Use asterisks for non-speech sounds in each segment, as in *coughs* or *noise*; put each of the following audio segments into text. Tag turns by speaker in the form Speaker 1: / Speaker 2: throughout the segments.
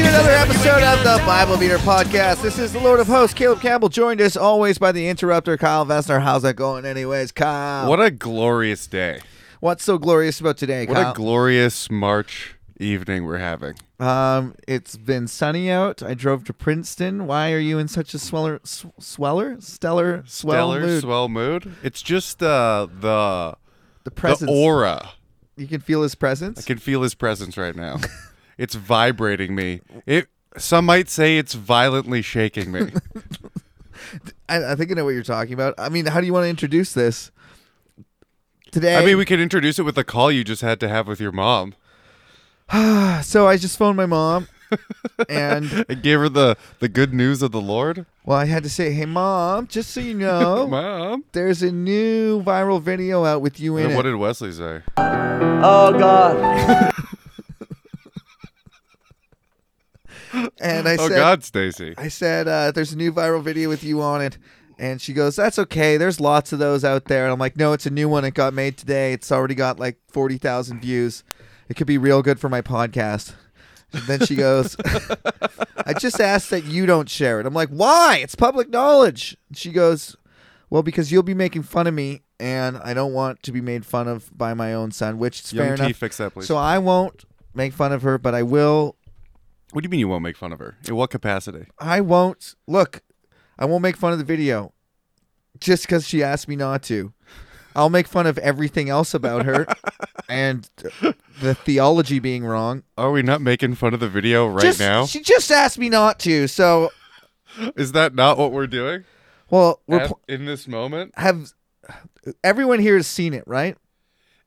Speaker 1: episode of the Bible Beater Podcast. This is the Lord of Hosts, Caleb Campbell, joined as always by the interrupter, Kyle Vessner. How's that going, anyways, Kyle?
Speaker 2: What a glorious day.
Speaker 1: What's so glorious about today,
Speaker 2: What
Speaker 1: Kyle?
Speaker 2: a glorious March evening we're having.
Speaker 1: um, it's been sunny out. I drove to Princeton. Why are you in such a sweller, sw- sweller, stellar, swell
Speaker 2: Stellar
Speaker 1: mood?
Speaker 2: swell mood. It's just uh, the
Speaker 1: the presence.
Speaker 2: the aura.
Speaker 1: you can feel his presence.
Speaker 2: I can feel his presence
Speaker 1: *laughs*
Speaker 2: right now. it's vibrating me. It some might say it's violently
Speaker 1: *laughs*
Speaker 2: shaking me.
Speaker 1: I, I think I know what you're talking about. I mean, how do you want to introduce this today?
Speaker 2: I mean, we could introduce it with the call you just had to have with your mom.
Speaker 1: so I just phoned my mom, and
Speaker 2: I gave her the the good news of the Lord.
Speaker 1: well, I had to say, "Hey, mom, just so you
Speaker 2: *laughs*
Speaker 1: know,
Speaker 2: Mom.
Speaker 1: there's a new viral video out with you in
Speaker 2: And
Speaker 1: it."
Speaker 2: what did Wesley say?
Speaker 1: oh God. and I
Speaker 2: oh
Speaker 1: said,
Speaker 2: God, Stacy.
Speaker 1: I said, uh, there's a new viral video with you on it. And she goes, that's okay. There's lots of those out there. And I'm like, no, it's a new one. It got made today. It's already got like 40,000 views. It could be real good for my podcast. And then she
Speaker 2: *laughs*
Speaker 1: goes, I just asked that you don't share it. I'm like, why? It's public knowledge. And she goes, well, because you'll be making fun of me. And I don't want to be made fun of by my own son, which is
Speaker 2: Young
Speaker 1: fair
Speaker 2: T,
Speaker 1: enough.
Speaker 2: fix that, please.
Speaker 1: So I won't make fun of her, but I will
Speaker 2: what do you mean you won't make fun of her? In what capacity?
Speaker 1: I won't look. I won't make fun of the video, just because she asked me not to. I'll make fun of everything else about
Speaker 2: *laughs*
Speaker 1: her, and the theology being wrong.
Speaker 2: Are we not making fun of the video right
Speaker 1: Just-
Speaker 2: now?
Speaker 1: she just asked me not to. So,
Speaker 2: Is that not what we're doing
Speaker 1: well, we're
Speaker 2: at-
Speaker 1: pl-
Speaker 2: in this moment?
Speaker 1: have everyone here has seen it, right?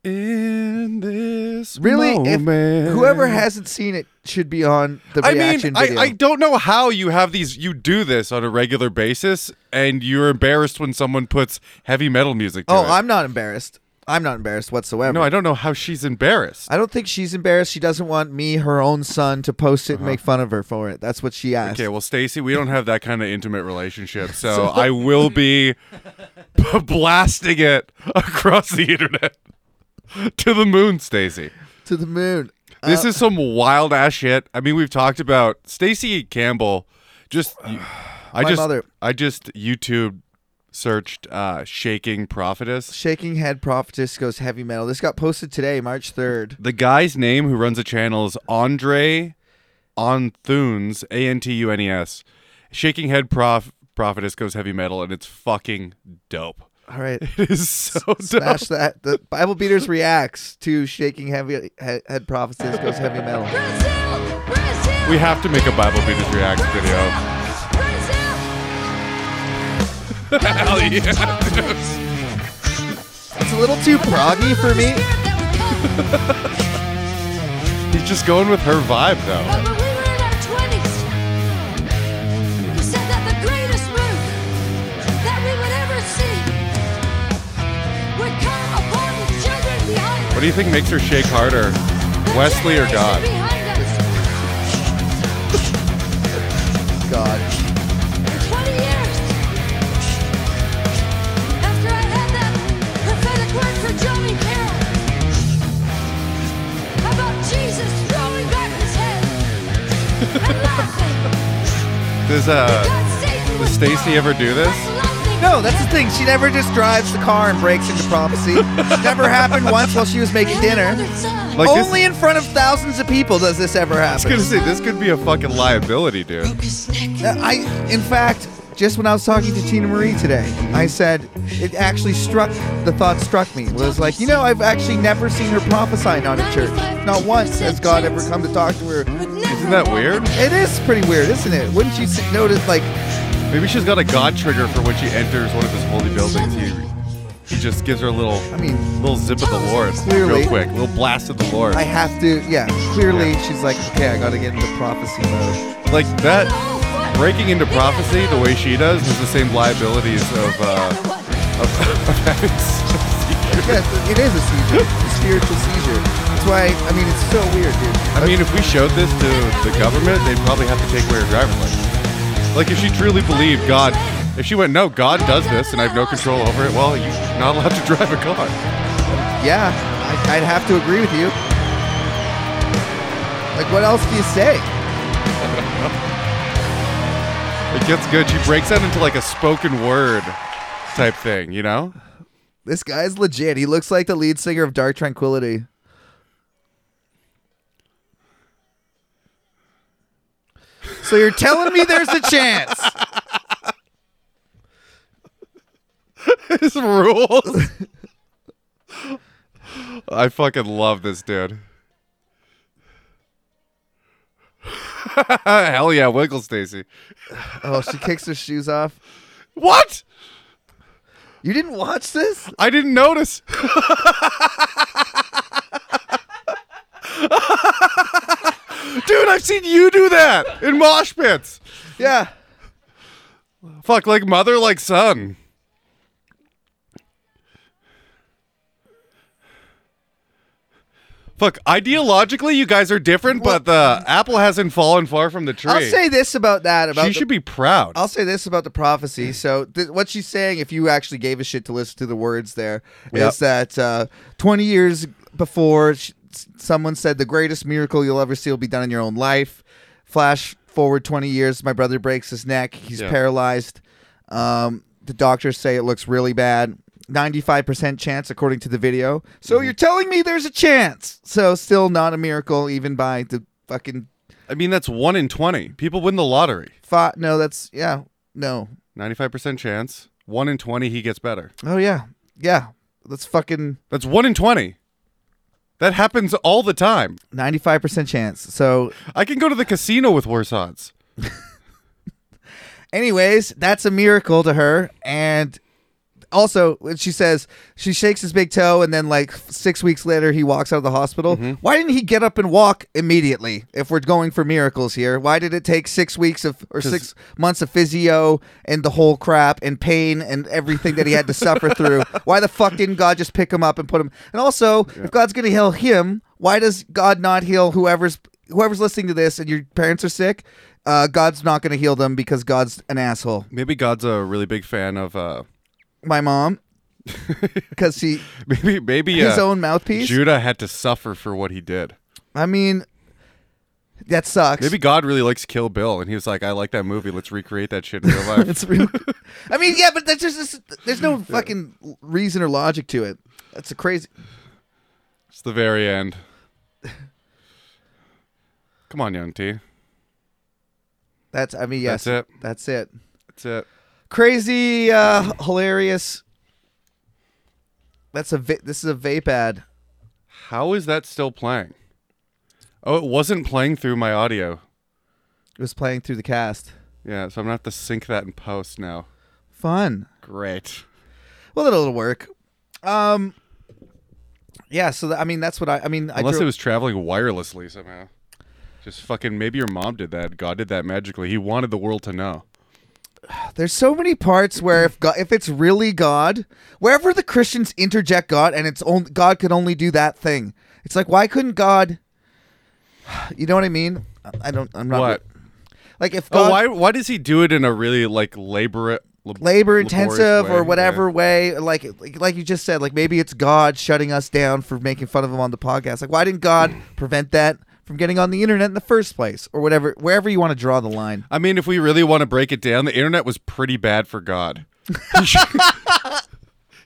Speaker 2: In this
Speaker 1: Really, if
Speaker 2: moment.
Speaker 1: whoever hasn't seen it should be on the
Speaker 2: I
Speaker 1: reaction
Speaker 2: mean, I,
Speaker 1: video.
Speaker 2: I don't know how you have these. You do this on a regular basis, and you're embarrassed when someone puts heavy metal music. To
Speaker 1: oh,
Speaker 2: it.
Speaker 1: I'm not embarrassed. I'm not embarrassed whatsoever.
Speaker 2: no, I don't know how she's embarrassed.
Speaker 1: I don't think she's embarrassed. She doesn't want me, her own son, to post it and make fun of her for it. That's what she asked.
Speaker 2: Uh-huh. Okay, well, Stacy, we don't have that kind of
Speaker 1: *laughs*
Speaker 2: intimate relationship, so, I will be *laughs* b- blasting it across the internet *laughs* to the moon, Stacy.
Speaker 1: to the moon.
Speaker 2: This
Speaker 1: Uh,
Speaker 2: is some wild ass shit. I mean, we've talked about Stacy Campbell. Just,
Speaker 1: *sighs*
Speaker 2: you- I
Speaker 1: My
Speaker 2: just,
Speaker 1: mother.
Speaker 2: I just YouTube searched uh, "shaking prophetess."
Speaker 1: Shaking Head Prophetess goes heavy metal. This got posted today, March 3rd.
Speaker 2: The guy's name who runs the channel is Andre Onthunes, A N T U N E S. Shaking Head Prof Prophetess goes heavy metal, and it's fucking dope. *laughs*
Speaker 1: All right.
Speaker 2: It is so dope.
Speaker 1: Smash that. The Bible Beaters reacts to Shaking Heavy Head, head Prophetess goes heavy metal.
Speaker 2: We have to make a Bible Beaters Reacts
Speaker 1: *laughs*
Speaker 2: video.
Speaker 3: video.
Speaker 2: Hell yeah.
Speaker 1: It's a little too proggy for me.
Speaker 2: *laughs* He's just going with her vibe, though. What do you think makes her shake harder, Wesley or God?
Speaker 1: God.
Speaker 3: Jesus throwing back his head and laughing.
Speaker 2: Does uh,
Speaker 3: Does Stacy ever do this?
Speaker 1: No, that's the thing. She never just drives the car and breaks into prophecy. never happened once while she was making dinner.
Speaker 2: Like this-
Speaker 1: Only in front of thousands of people does this ever
Speaker 2: I was
Speaker 1: happen.
Speaker 2: gonna say this could be a fucking liability, dude.
Speaker 1: Uh, I, in fact, just when I was talking to Tina Marie today, I said it actually struck the thought struck me was like, you know, I've actually never seen her prophesying on a church. Not once has God ever come to talk to her.
Speaker 2: Isn't that weird?
Speaker 1: It is pretty weird, isn't it? Wouldn't you s- notice? Like,
Speaker 2: Maybe she's got a God trigger for when she enters one of his holy buildings. He, he just gives her a little,
Speaker 1: I mean,
Speaker 2: little zip of the Lord,
Speaker 1: Clearly.
Speaker 2: real quick, little blast of the Lord.
Speaker 1: I have to. Yeah, clearly she's like, okay, I gotta get into prophecy mode.
Speaker 2: Like that, breaking into prophecy the way she does is the same liabilities of uh,
Speaker 1: Yes, it is a seizure, a spiritual seizure. That's why. I mean, it's so weird, dude.
Speaker 2: I mean, if we showed this to the government, they'd probably have to take away her driver's license. Like, if she truly believed God, if she went, no, God does this and I have no control over it, well, you're not allowed to *laughs* drive a car.
Speaker 1: Yeah, I, I'd have to agree with you. Like, what else do you say?
Speaker 2: I It gets good. She breaks out into like a spoken word type thing, you know? *laughs*
Speaker 1: This guy's legit. He looks like the lead singer of Dark Tranquility. So you're telling me there's a chance?
Speaker 2: His rules. I fucking love this dude. *laughs* Hell yeah, Wiggle Stacy.
Speaker 1: *laughs* Oh, she kicks her shoes off.
Speaker 2: What?
Speaker 1: You didn't watch this?
Speaker 2: I didn't notice. *laughs* Dude, I've seen you do that in mosh pits.
Speaker 1: Yeah.
Speaker 2: Fuck, like mother, like son. Fuck, ideologically, you guys are different, but the apple hasn't fallen far from the tree.
Speaker 1: I'll say this about that. About
Speaker 2: she
Speaker 1: the-
Speaker 2: should be proud.
Speaker 1: I'll say this about the prophecy.
Speaker 2: Mm.
Speaker 1: So th- what she's saying, if you actually gave a shit to listen to the words there, is
Speaker 2: Yep.
Speaker 1: that uh, 20 years before sh- s- someone said the greatest miracle you'll ever see will be done in your own life. Flash forward 20 years, my brother breaks his neck. He's
Speaker 2: Yeah.
Speaker 1: paralyzed. Um, the doctors say it looks really bad. 95% chance according to the video.
Speaker 2: Mm-hmm.
Speaker 1: So you're telling me there's a chance. So still not a miracle even by the fucking
Speaker 2: I mean, that's one in 20. People win the lottery.
Speaker 1: fi No, that's yeah. No,
Speaker 2: 95% chance. One in 20, he gets better.
Speaker 1: Oh yeah, yeah. That's fucking
Speaker 2: That's one in 20. That happens all the time.
Speaker 1: ninety five percent chance. So,
Speaker 2: I can go to the casino with worse odds.
Speaker 1: anyways, that's a miracle to her. And also, when she says she shakes his big toe, and then like six weeks later, he walks out of the hospital. Why didn't he get up and walk immediately? If we're going for miracles here, why did it take six weeks of or six months of physio and the whole crap and pain and everything that he had to suffer through? Why the fuck didn't God just pick him up and put him? And also, if God's gonna heal him, why does God not heal whoever's whoever's listening to this and your parents are sick? Uh, God's not gonna heal them because God's an asshole.
Speaker 2: Maybe God's a really big fan of uh *laughs*
Speaker 1: My mom. Because she
Speaker 2: maybe maybe
Speaker 1: his
Speaker 2: uh,
Speaker 1: own mouthpiece.
Speaker 2: Judah had to suffer for what he did.
Speaker 1: I mean, that sucks. *laughs*
Speaker 2: Maybe God really likes Kill Bill and he was like, I like that movie, let's recreate that shit in real
Speaker 1: *laughs*
Speaker 2: life.
Speaker 1: it's real. I mean, yeah, but that's just just- there's no fucking reason or logic to it. That's a crazy.
Speaker 2: it's the very end. Come on, young T.
Speaker 1: That's I mean, yes,
Speaker 2: That's it.
Speaker 1: That's it.
Speaker 2: That's it.
Speaker 1: Crazy, uh, hilarious. That's a va- this is a vape ad.
Speaker 2: How is that still playing? Oh, it wasn't playing through my audio.
Speaker 1: It was playing through the cast.
Speaker 2: Yeah, so I'm gonna have to sync that in post now.
Speaker 1: Fun.
Speaker 2: Great.
Speaker 1: Well, that'll work. Um. Yeah, so tha- I mean, that's what I. I mean, I
Speaker 2: Unless
Speaker 1: drew-
Speaker 2: it was traveling wirelessly somehow. Just fucking maybe your mom did that. God did that magically. He wanted the world to know.
Speaker 1: There's so many parts where if God, if it's really God, wherever the Christians interject God and it's only God could only do that thing. It's like why couldn't God? *sighs* You know what I mean? I- I don't. I'm not.
Speaker 2: What?
Speaker 1: Like if God
Speaker 2: Oh, why why does he do it in a really like labor lab-
Speaker 1: labor
Speaker 2: laborious
Speaker 1: intensive
Speaker 2: way?
Speaker 1: or whatever way, like, like like you just said, like maybe it's God shutting us down for making fun of him on the podcast. Like why didn't
Speaker 2: *clears throat*
Speaker 1: God prevent that from getting on the internet in the first place or whatever? Wherever you want to draw the line.
Speaker 2: I mean, if we really want to break it down, the internet was pretty bad for God. *laughs*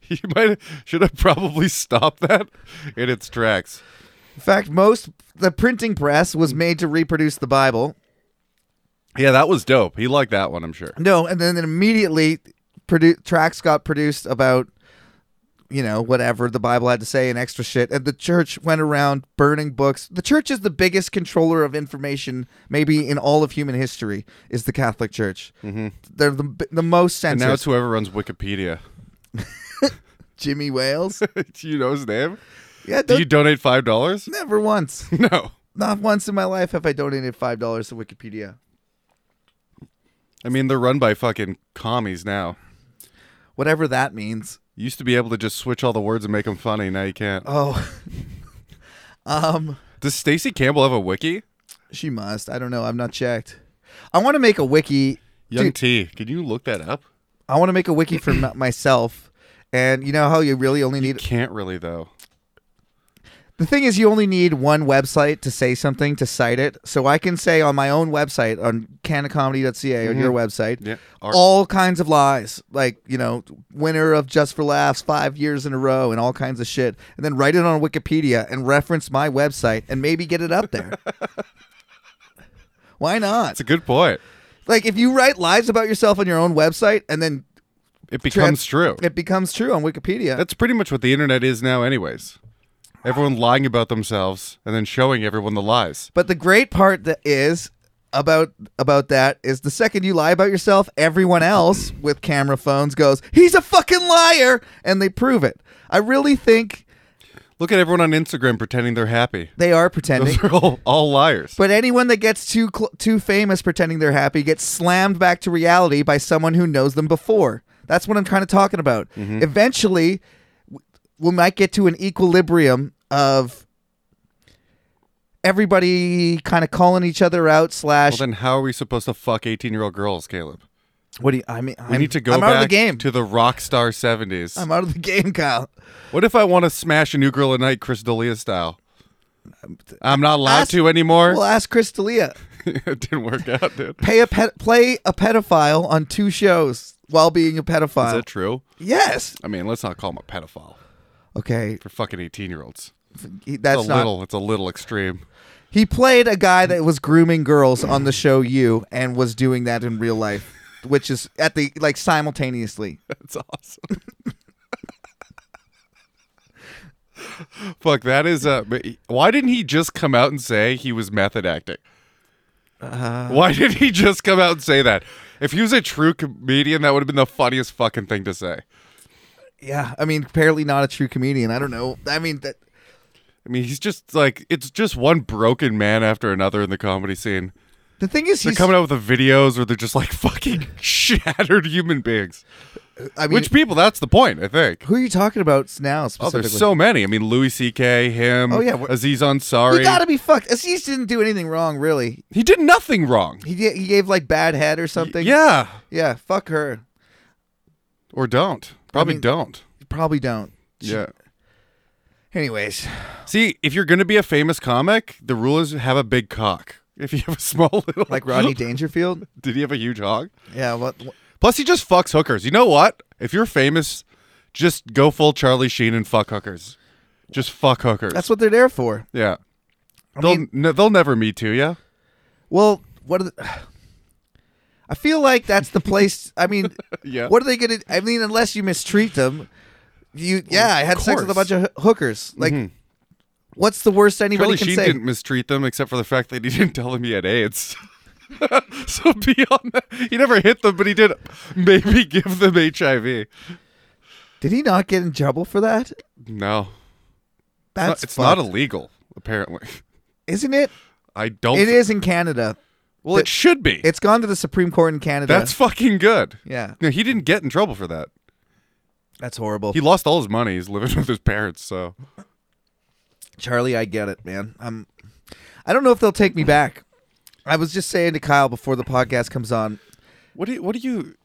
Speaker 2: he might should have probably stopped that in its tracks.
Speaker 1: In fact, most the printing press was made to reproduce the Bible.
Speaker 2: Yeah, that was dope. He liked that one, I'm sure.
Speaker 1: No, and then immediately produ- tracks got produced about you know whatever the Bible had to say and extra shit, and the church went around burning books. The church is the biggest controller of information, maybe in all of human history, is the Catholic Church. Mm-hmm. They're the b- the most
Speaker 2: And now it's
Speaker 1: censored.
Speaker 2: whoever runs Wikipedia. *laughs*
Speaker 1: Jimmy Wales,
Speaker 2: Do you know his name?
Speaker 1: yeah,
Speaker 2: Do
Speaker 1: don't,
Speaker 2: you donate five dollars? *laughs*
Speaker 1: never once,
Speaker 2: No.
Speaker 1: not once in my life have I donated five dollars to Wikipedia.
Speaker 2: I mean, they're run by fucking commies now.
Speaker 1: Whatever that means.
Speaker 2: You used to be able to just switch all the words and make them funny. Now you can't.
Speaker 1: Oh, *laughs* um.
Speaker 2: Does Stacey Campbell have a wiki?
Speaker 1: She must. I don't know. I've not checked. I want to make a wiki.
Speaker 2: Young
Speaker 1: Dude,
Speaker 2: T, can you look that up?
Speaker 1: I want to make a wiki for
Speaker 2: *clears throat*
Speaker 1: m- myself. And you know how you really only need
Speaker 2: Can't really though.
Speaker 1: The thing is, you only need one website to say something to cite it. So I can say on my own website, on canacomedy.ca, on your website,
Speaker 2: Mm-hmm. Yeah. Or-
Speaker 1: all kinds of lies. Like, you know, winner of Just for Laughs five years in a row and all kinds of shit. And then write it on Wikipedia and reference my website and maybe get it up
Speaker 2: *laughs*
Speaker 1: there. Why not?
Speaker 2: It's a good point.
Speaker 1: Like, if you write lies about yourself on your own website and then
Speaker 2: It
Speaker 1: trans-
Speaker 2: becomes true.
Speaker 1: it becomes true on Wikipedia.
Speaker 2: That's pretty much what the internet is now, anyways. Everyone lying about themselves and then showing everyone the lies.
Speaker 1: But the great part that is about about that is the second you lie about yourself, everyone else with camera phones goes, "He's a fucking liar," and they prove it. I really think
Speaker 2: Look at everyone on Instagram pretending they're happy.
Speaker 1: they are pretending.
Speaker 2: Those are all, all liars.
Speaker 1: But anyone that gets too cl- too famous pretending they're happy gets slammed back to reality by someone who knows them before. That's what I'm kind of talking about.
Speaker 2: Mm-hmm.
Speaker 1: Eventually, w- we might get to an equilibrium of everybody kind of calling each other out slash
Speaker 2: well, then how are we supposed to fuck 18 year old girls, Caleb?
Speaker 1: What do you? I mean,
Speaker 2: We
Speaker 1: I'm,
Speaker 2: need to go
Speaker 1: I'm
Speaker 2: back
Speaker 1: out of the game.
Speaker 2: to the rock star 70s.
Speaker 1: I'm out of the game, Kyle.
Speaker 2: what if I want to smash a new girl at night, Chris D'Elia style? I'm not allowed
Speaker 1: Ask-
Speaker 2: to anymore.
Speaker 1: We'll ask Chris D'Elia.
Speaker 2: *laughs* it didn't work out,
Speaker 1: *laughs*
Speaker 2: dude.
Speaker 1: Pay a ped- play a pedophile on two shows while being a
Speaker 2: Is
Speaker 1: pedophile.
Speaker 2: that true?
Speaker 1: yes.
Speaker 2: I mean, let's not call him a pedophile
Speaker 1: Okay,
Speaker 2: for fucking 18 year olds.
Speaker 1: he-
Speaker 2: It's
Speaker 1: that's
Speaker 2: a
Speaker 1: not.
Speaker 2: little, it's a little extreme. *laughs*
Speaker 1: He played a guy that was grooming girls on the show You and was doing that in real life, which is at the like
Speaker 2: *laughs*
Speaker 1: simultaneously.
Speaker 2: That's awesome. *laughs* Fuck, that is. Uh, but he- why didn't he just come out and say he was method acting?
Speaker 1: Uh-huh.
Speaker 2: why did he just come out and say that? If he was a true comedian, that would have been the funniest fucking thing to say.
Speaker 1: Yeah, I mean, apparently not a true comedian. I don't know. I mean, that
Speaker 2: I mean, he's just like it's just one broken man after another in the comedy scene.
Speaker 1: the thing is,
Speaker 2: They're
Speaker 1: he's
Speaker 2: coming out with the videos where they're just like *laughs* fucking shattered human beings.
Speaker 1: I mean,
Speaker 2: Which people? That's the point, I think.
Speaker 1: who are you talking about now?
Speaker 2: Oh,
Speaker 1: Specifically?
Speaker 2: there's so many. I mean, Louis C.K., him,
Speaker 1: Oh, yeah, we're-
Speaker 2: Aziz Ansari.
Speaker 1: You gotta be fucked. Aziz didn't do anything wrong, really.
Speaker 2: He did nothing wrong.
Speaker 1: He ga- he gave like bad head or something.
Speaker 2: Yeah.
Speaker 1: yeah. Fuck her.
Speaker 2: Or don't. Probably
Speaker 1: mean-
Speaker 2: don't.
Speaker 1: You probably don't.
Speaker 2: Yeah.
Speaker 1: Anyways,
Speaker 2: See, if you're going to be a famous comic, the rule is have a big cock. If you have a *laughs* small little.
Speaker 1: like
Speaker 2: *laughs*
Speaker 1: Rodney Dangerfield.
Speaker 2: Did he have a huge hog?
Speaker 1: Yeah. What? what-
Speaker 2: Plus, he just fucks hookers. You know what? If you're famous, just go full Charlie Sheen and fuck hookers. Just fuck hookers.
Speaker 1: That's what they're there for.
Speaker 2: yeah. They'll
Speaker 1: mean-
Speaker 2: ne- they'll never meet to you.
Speaker 1: Well, what? Are the, *sighs* I feel like that's the place. I mean,
Speaker 2: *laughs* Yeah.
Speaker 1: What are they gonna? I mean, unless you mistreat them, you. Yeah, I had sex with a
Speaker 2: course.
Speaker 1: bunch of hoo- hookers. Like, what's the worst anybody
Speaker 2: Charlie
Speaker 1: can
Speaker 2: Sheen
Speaker 1: say?
Speaker 2: didn't mistreat them except for the fact that he *laughs* didn't tell them he had AIDS. *laughs* so beyond that, he never hit them, but he did maybe *laughs* give them HIV.
Speaker 1: Did he not get in trouble for that?
Speaker 2: No,
Speaker 1: That's
Speaker 2: it's not
Speaker 1: fucked.
Speaker 2: illegal. Apparently,
Speaker 1: isn't it?
Speaker 2: I don't.
Speaker 1: It is in Canada.
Speaker 2: Well, it should be.
Speaker 1: It's gone to the Supreme Court in Canada.
Speaker 2: That's fucking good.
Speaker 1: yeah.
Speaker 2: No, he didn't get in trouble for that.
Speaker 1: That's horrible.
Speaker 2: He lost all his money. He's living *laughs* with his parents, so
Speaker 1: Charlie, I get it, man. I'm I don't know if they'll take me back. I was just saying to Kyle before the podcast comes on.
Speaker 2: what do you, what do you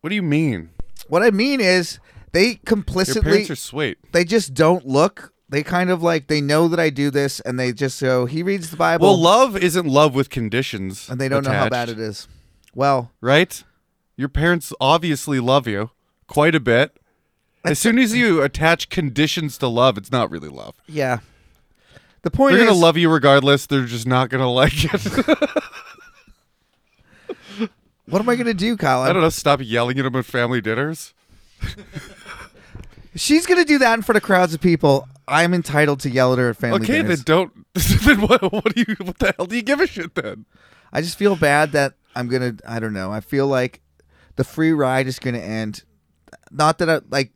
Speaker 2: what do you mean?
Speaker 1: What I mean is they
Speaker 2: Your
Speaker 1: complicitly
Speaker 2: parents are sweet.
Speaker 1: they just don't look. They kind of like they know that I do this and they just go, he reads the Bible
Speaker 2: Well, love isn't love with conditions,
Speaker 1: and they don't know how bad it is. Well,
Speaker 2: right? Your parents obviously love you quite a bit. *laughs* As soon as you attach conditions to love, it's not really love.
Speaker 1: yeah. The point
Speaker 2: They're
Speaker 1: is
Speaker 2: gonna love you regardless. They're just not gonna like it. *laughs*
Speaker 1: what am I gonna do, Kyle?
Speaker 2: I don't know. Stop yelling at them at family dinners.
Speaker 1: She's gonna do that in front of crowds of people. I'm entitled to yell at her at family
Speaker 2: okay,
Speaker 1: dinners.
Speaker 2: then don't. *laughs* then what, what do you? What the hell do you give a shit then?
Speaker 1: I just feel bad that I'm gonna. I don't know. I feel like the free ride is gonna end. Not that I like.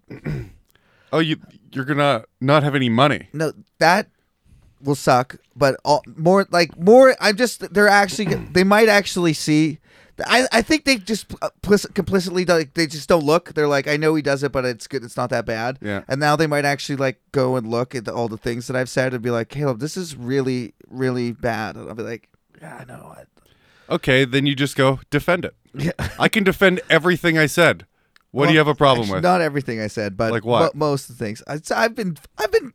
Speaker 2: Oh, you you're gonna not have any money.
Speaker 1: No, that will suck. But all, more like more. I'm just. They're actually. They might actually see. I, I think they just uh, plic- complicitly like they just don't look. They're like, I know he does it, but it's good. It's not that bad.
Speaker 2: Yeah.
Speaker 1: And now they might actually like go and look at the, all the things that I've said and be like, Caleb, this is really really bad. And I'll be like, Yeah, I know. I,
Speaker 2: Okay, then you just go defend it.
Speaker 1: yeah.
Speaker 2: I can defend everything I said. What do you have
Speaker 1: Well,
Speaker 2: a problem
Speaker 1: actually,
Speaker 2: with?
Speaker 1: Not everything I said, but
Speaker 2: Like what?
Speaker 1: mo- most of the things. I, so I've been, I've been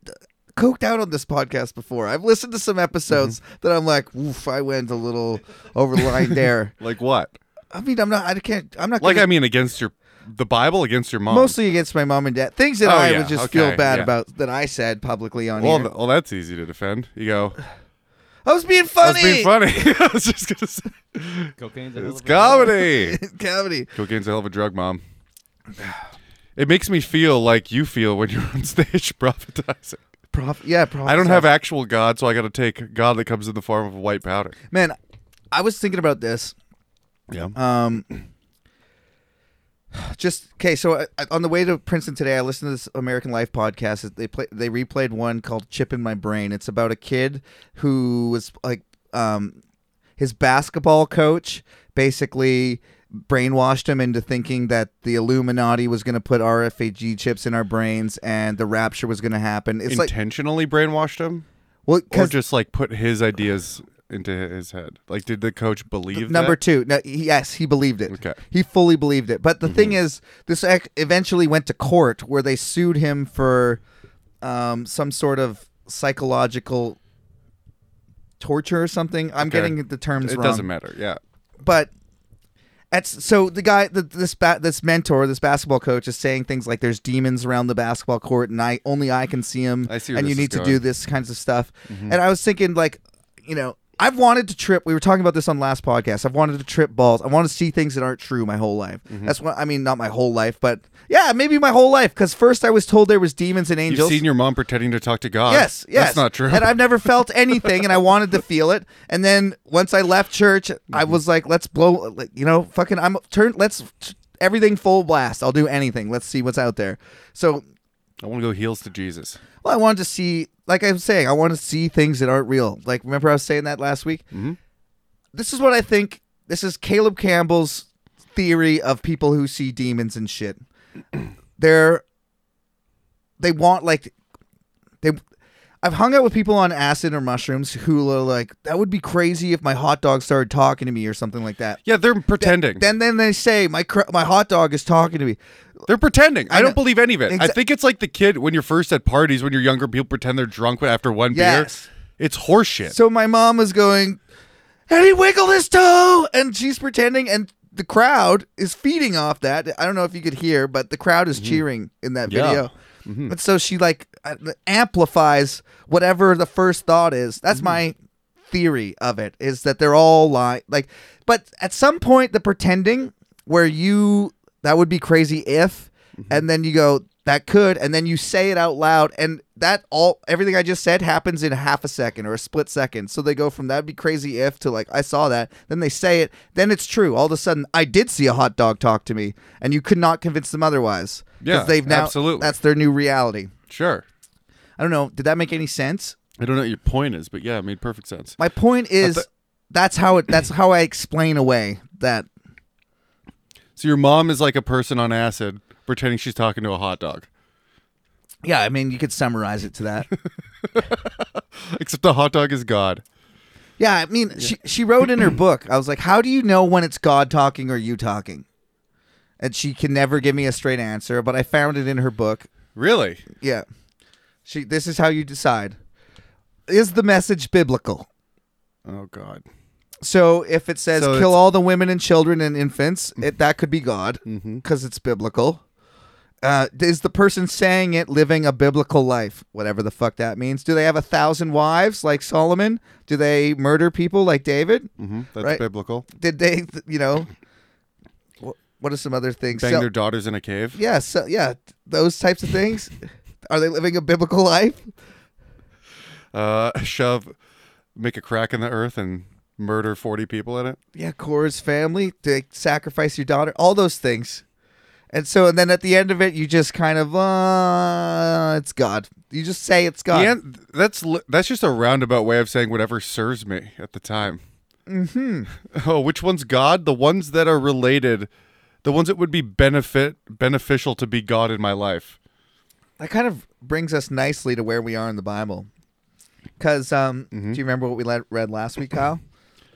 Speaker 1: coked out on this podcast before. I've listened to some episodes
Speaker 2: Mm-hmm.
Speaker 1: that I'm like, oof, I went a little over the
Speaker 2: *laughs*
Speaker 1: line there.
Speaker 2: Like what?
Speaker 1: I mean, I'm not. I can't. I'm not.
Speaker 2: Like
Speaker 1: gonna-
Speaker 2: I mean, against your the Bible, against your mom.
Speaker 1: mostly against my mom and dad. Things that
Speaker 2: Oh,
Speaker 1: I
Speaker 2: yeah,
Speaker 1: would just
Speaker 2: okay,
Speaker 1: feel bad
Speaker 2: yeah.
Speaker 1: about that I said publicly on
Speaker 2: Well,
Speaker 1: here.
Speaker 2: th- well, that's easy to defend. You go.
Speaker 1: I was being
Speaker 2: I
Speaker 1: funny.
Speaker 2: was being funny. *laughs* I was just gonna say
Speaker 4: Cocaine's a hell
Speaker 2: it's
Speaker 4: of a drug.
Speaker 2: comedy.
Speaker 1: *laughs* Comedy.
Speaker 2: Cocaine's a hell of a drug, mom. It makes me feel like you feel when you're on *laughs* stage prophetizing.
Speaker 1: Prof- yeah, prof-
Speaker 2: I don't have actual God, so I got to take God that comes in the form of white powder.
Speaker 1: Man, I was thinking about this.
Speaker 2: Yeah.
Speaker 1: Um, just okay. So I, I- on the way to Princeton today, I listened to this American Life podcast. They play, they replayed one called "Chip in My Brain." It's about a kid who was like, um, his basketball coach basically brainwashed him into thinking that the Illuminati was going to put RFID chips in our brains and the rapture was going to happen. It's like,
Speaker 2: Intentionally brainwashed him,
Speaker 1: well,
Speaker 2: or
Speaker 1: 'cause-
Speaker 2: just like put his ideas into his head. Like, did the coach believe
Speaker 1: number
Speaker 2: that?
Speaker 1: two. No, he- yes, he believed it.
Speaker 2: Okay. Mm-hmm.
Speaker 1: He fully believed it. But the thing is, this ac- eventually went to court where they sued him for um, some sort of psychological torture or something. I'm
Speaker 2: Okay.
Speaker 1: getting the terms
Speaker 2: It
Speaker 1: wrong
Speaker 2: doesn't matter. Yeah.
Speaker 1: but at, so the guy the, this ba- this mentor this basketball coach is saying things like there's demons around the basketball court and I only I can see them
Speaker 2: I see where
Speaker 1: and you
Speaker 2: this
Speaker 1: need to
Speaker 2: is
Speaker 1: do
Speaker 2: going. Mm-hmm.
Speaker 1: this kinds of stuff and I was thinking like you know I've wanted to trip we were talking about this on last podcast I've wanted to trip balls I want to see things that aren't true my whole life
Speaker 2: Mm-hmm.
Speaker 1: that's what I mean not my whole life but yeah maybe my whole life cuz first I was told there was demons and
Speaker 2: You've
Speaker 1: angels
Speaker 2: seen your mom pretending to talk to God.
Speaker 1: Yes, yes.
Speaker 2: That's not true.
Speaker 1: And I've never felt anything, and I wanted to feel it. And then once I left church, I was like, "Let's blow, like, you know, fucking, I'm turn, let's t- everything full blast. I'll do anything. Let's see what's out there." So,
Speaker 2: I want to go heels to Jesus.
Speaker 1: well, I wanted to see, like I'm saying, I want to see things that aren't real. Like, remember I was saying that last week.
Speaker 2: Mhm.
Speaker 1: This is what I think. This is Caleb Campbell's theory of people who see demons and shit. They're they want like they I've hung out with people on acid or mushrooms who are like, that would be crazy if my hot dog started talking to me or something like that.
Speaker 2: Yeah, they're pretending.
Speaker 1: Then then they say my cr- my hot dog is talking to me.
Speaker 2: They're pretending. I,
Speaker 1: I
Speaker 2: don't
Speaker 1: know.
Speaker 2: believe any of it. I
Speaker 1: Exa-
Speaker 2: think it's like the kid when you're first at parties when you're younger, people pretend they're drunk after one
Speaker 1: Yes.
Speaker 2: beer. It's horseshit.
Speaker 1: So my mom was going, and he wiggled his toe, and she's pretending, and the crowd is feeding off that. I don't know if you could hear, but the crowd is cheering in that
Speaker 2: Yeah.
Speaker 1: video. And Mm-hmm. so she like uh, amplifies whatever the first thought is. That's my
Speaker 2: Mm-hmm.
Speaker 1: theory of it is that they're all lying. Like, but at some point, the pretending where you that would be crazy if,
Speaker 2: Mm-hmm.
Speaker 1: and then you go that could, and then you say it out loud, and that all everything I just said happens in half a second or a split second. So they go from that'd be crazy if to like I saw that, then they say it, then it's true. All of a sudden, I did see a hot dog talk to me, and you could not convince them otherwise. 'Cause
Speaker 2: Yeah,
Speaker 1: they've now
Speaker 2: absolutely.
Speaker 1: that's their new reality.
Speaker 2: sure.
Speaker 1: I don't know. Did that make any sense?
Speaker 2: I don't know what your point is, but yeah, it made perfect sense.
Speaker 1: My point is
Speaker 2: the-
Speaker 1: that's how it that's how I explain away that
Speaker 2: So your mom is like a person on acid pretending she's talking to a hot dog. *laughs*
Speaker 1: yeah, I mean you could summarize it to that.
Speaker 2: Except the hot dog is God.
Speaker 1: yeah, I mean she she wrote in her book, I was like, How do you know when it's God talking or you talking? And she can never give me a straight answer, but I found it in her book.
Speaker 2: Really?
Speaker 1: Yeah. She this is how you decide. Is the message biblical?
Speaker 2: Oh God.
Speaker 1: So if it says
Speaker 2: So
Speaker 1: kill
Speaker 2: it's- Mm-hmm.
Speaker 1: all the women and children and infants, it, that could be God because it's biblical. Uh, is the person saying it living a biblical life, whatever the fuck that means? Do they have a thousand wives like Solomon? Do they murder people like David?
Speaker 2: Mm-hmm. That's
Speaker 1: Right.
Speaker 2: biblical.
Speaker 1: Did they, th- you know, wh- what are some other things?
Speaker 2: Bang
Speaker 1: So-
Speaker 2: their daughters in a cave.
Speaker 1: yeah, so, yeah, th- those types of things. Are they living a biblical life?
Speaker 2: Uh, *laughs* shove, make a crack in the earth and murder forty people in it.
Speaker 1: yeah, Cora's family to sacrifice your daughter, all those things. And so, and then at the end of it, you just kind of, uh, it's God. You just say it's God.
Speaker 2: The an- that's li- that's just a roundabout way of saying whatever serves me at the time. Mm-hmm. *laughs* Oh, which one's God? The ones that are related, the ones that would be benefit beneficial to be God in my life.
Speaker 1: that kind of brings us nicely to where we are in the Bible. Because, um,
Speaker 2: Mm-hmm.
Speaker 1: do you remember what we
Speaker 2: *laughs*
Speaker 1: le- read last week, Kyle?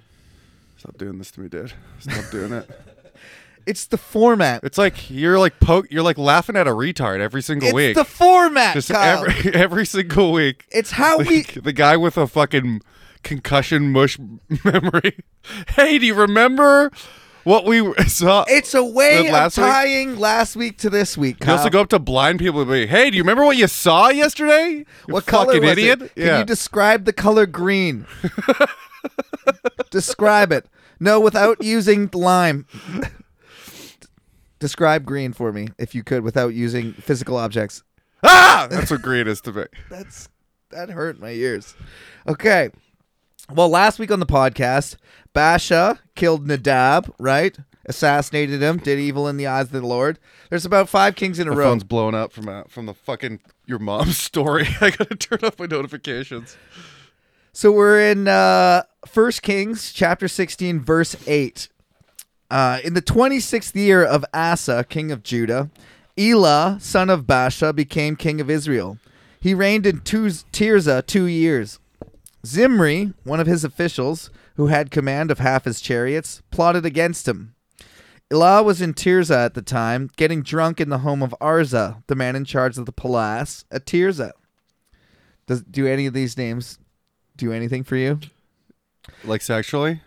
Speaker 1: *laughs*
Speaker 2: Stop doing this to me, dude. Stop doing it.
Speaker 1: It's the format.
Speaker 2: It's like you're like poke. You're like laughing at a retard every single
Speaker 1: It's
Speaker 2: week.
Speaker 1: the format,
Speaker 2: Just
Speaker 1: Kyle.
Speaker 2: every *laughs* every single *laughs* week.
Speaker 1: it's how we.
Speaker 2: the, the guy with a fucking concussion mush *laughs* memory. hey, do you remember what we *laughs* saw?
Speaker 1: It's a way
Speaker 2: The
Speaker 1: of
Speaker 2: last week?
Speaker 1: tying last week to this week.
Speaker 2: you
Speaker 1: Kyle.
Speaker 2: also go up to blind people and be, "Hey, do you remember what you saw yesterday? You
Speaker 1: what color
Speaker 2: fucking
Speaker 1: was
Speaker 2: idiot!"
Speaker 1: it? Can
Speaker 2: Yeah,
Speaker 1: you describe the color green? describe it. No, without using lime. describe green for me, if you could, without using physical objects.
Speaker 2: *laughs* ah, that's what green is to me.
Speaker 1: That's that hurt my ears. Okay. Well, last week on the podcast, Basha killed Nadab, right? Assassinated him, did evil in the eyes of the Lord. There's about five kings in a
Speaker 2: My
Speaker 1: row.
Speaker 2: phone's blown up from uh, from the fucking your mom's *laughs* story. I gotta turn off my notifications.
Speaker 1: So we're in uh, 1 Kings chapter 16, verse 8. Uh, in the 26th year of Asa, king of Judah, Elah, son of Baasha, became king of Israel. He reigned in Tuz- Tirzah two years. Zimri, one of his officials, who had command of half his chariots, plotted against him. Elah was in Tirzah at the time, getting drunk in the home of Arza, the man in charge of the palace at Tirzah. Does, do any of these names do anything for you?
Speaker 2: Like sexually,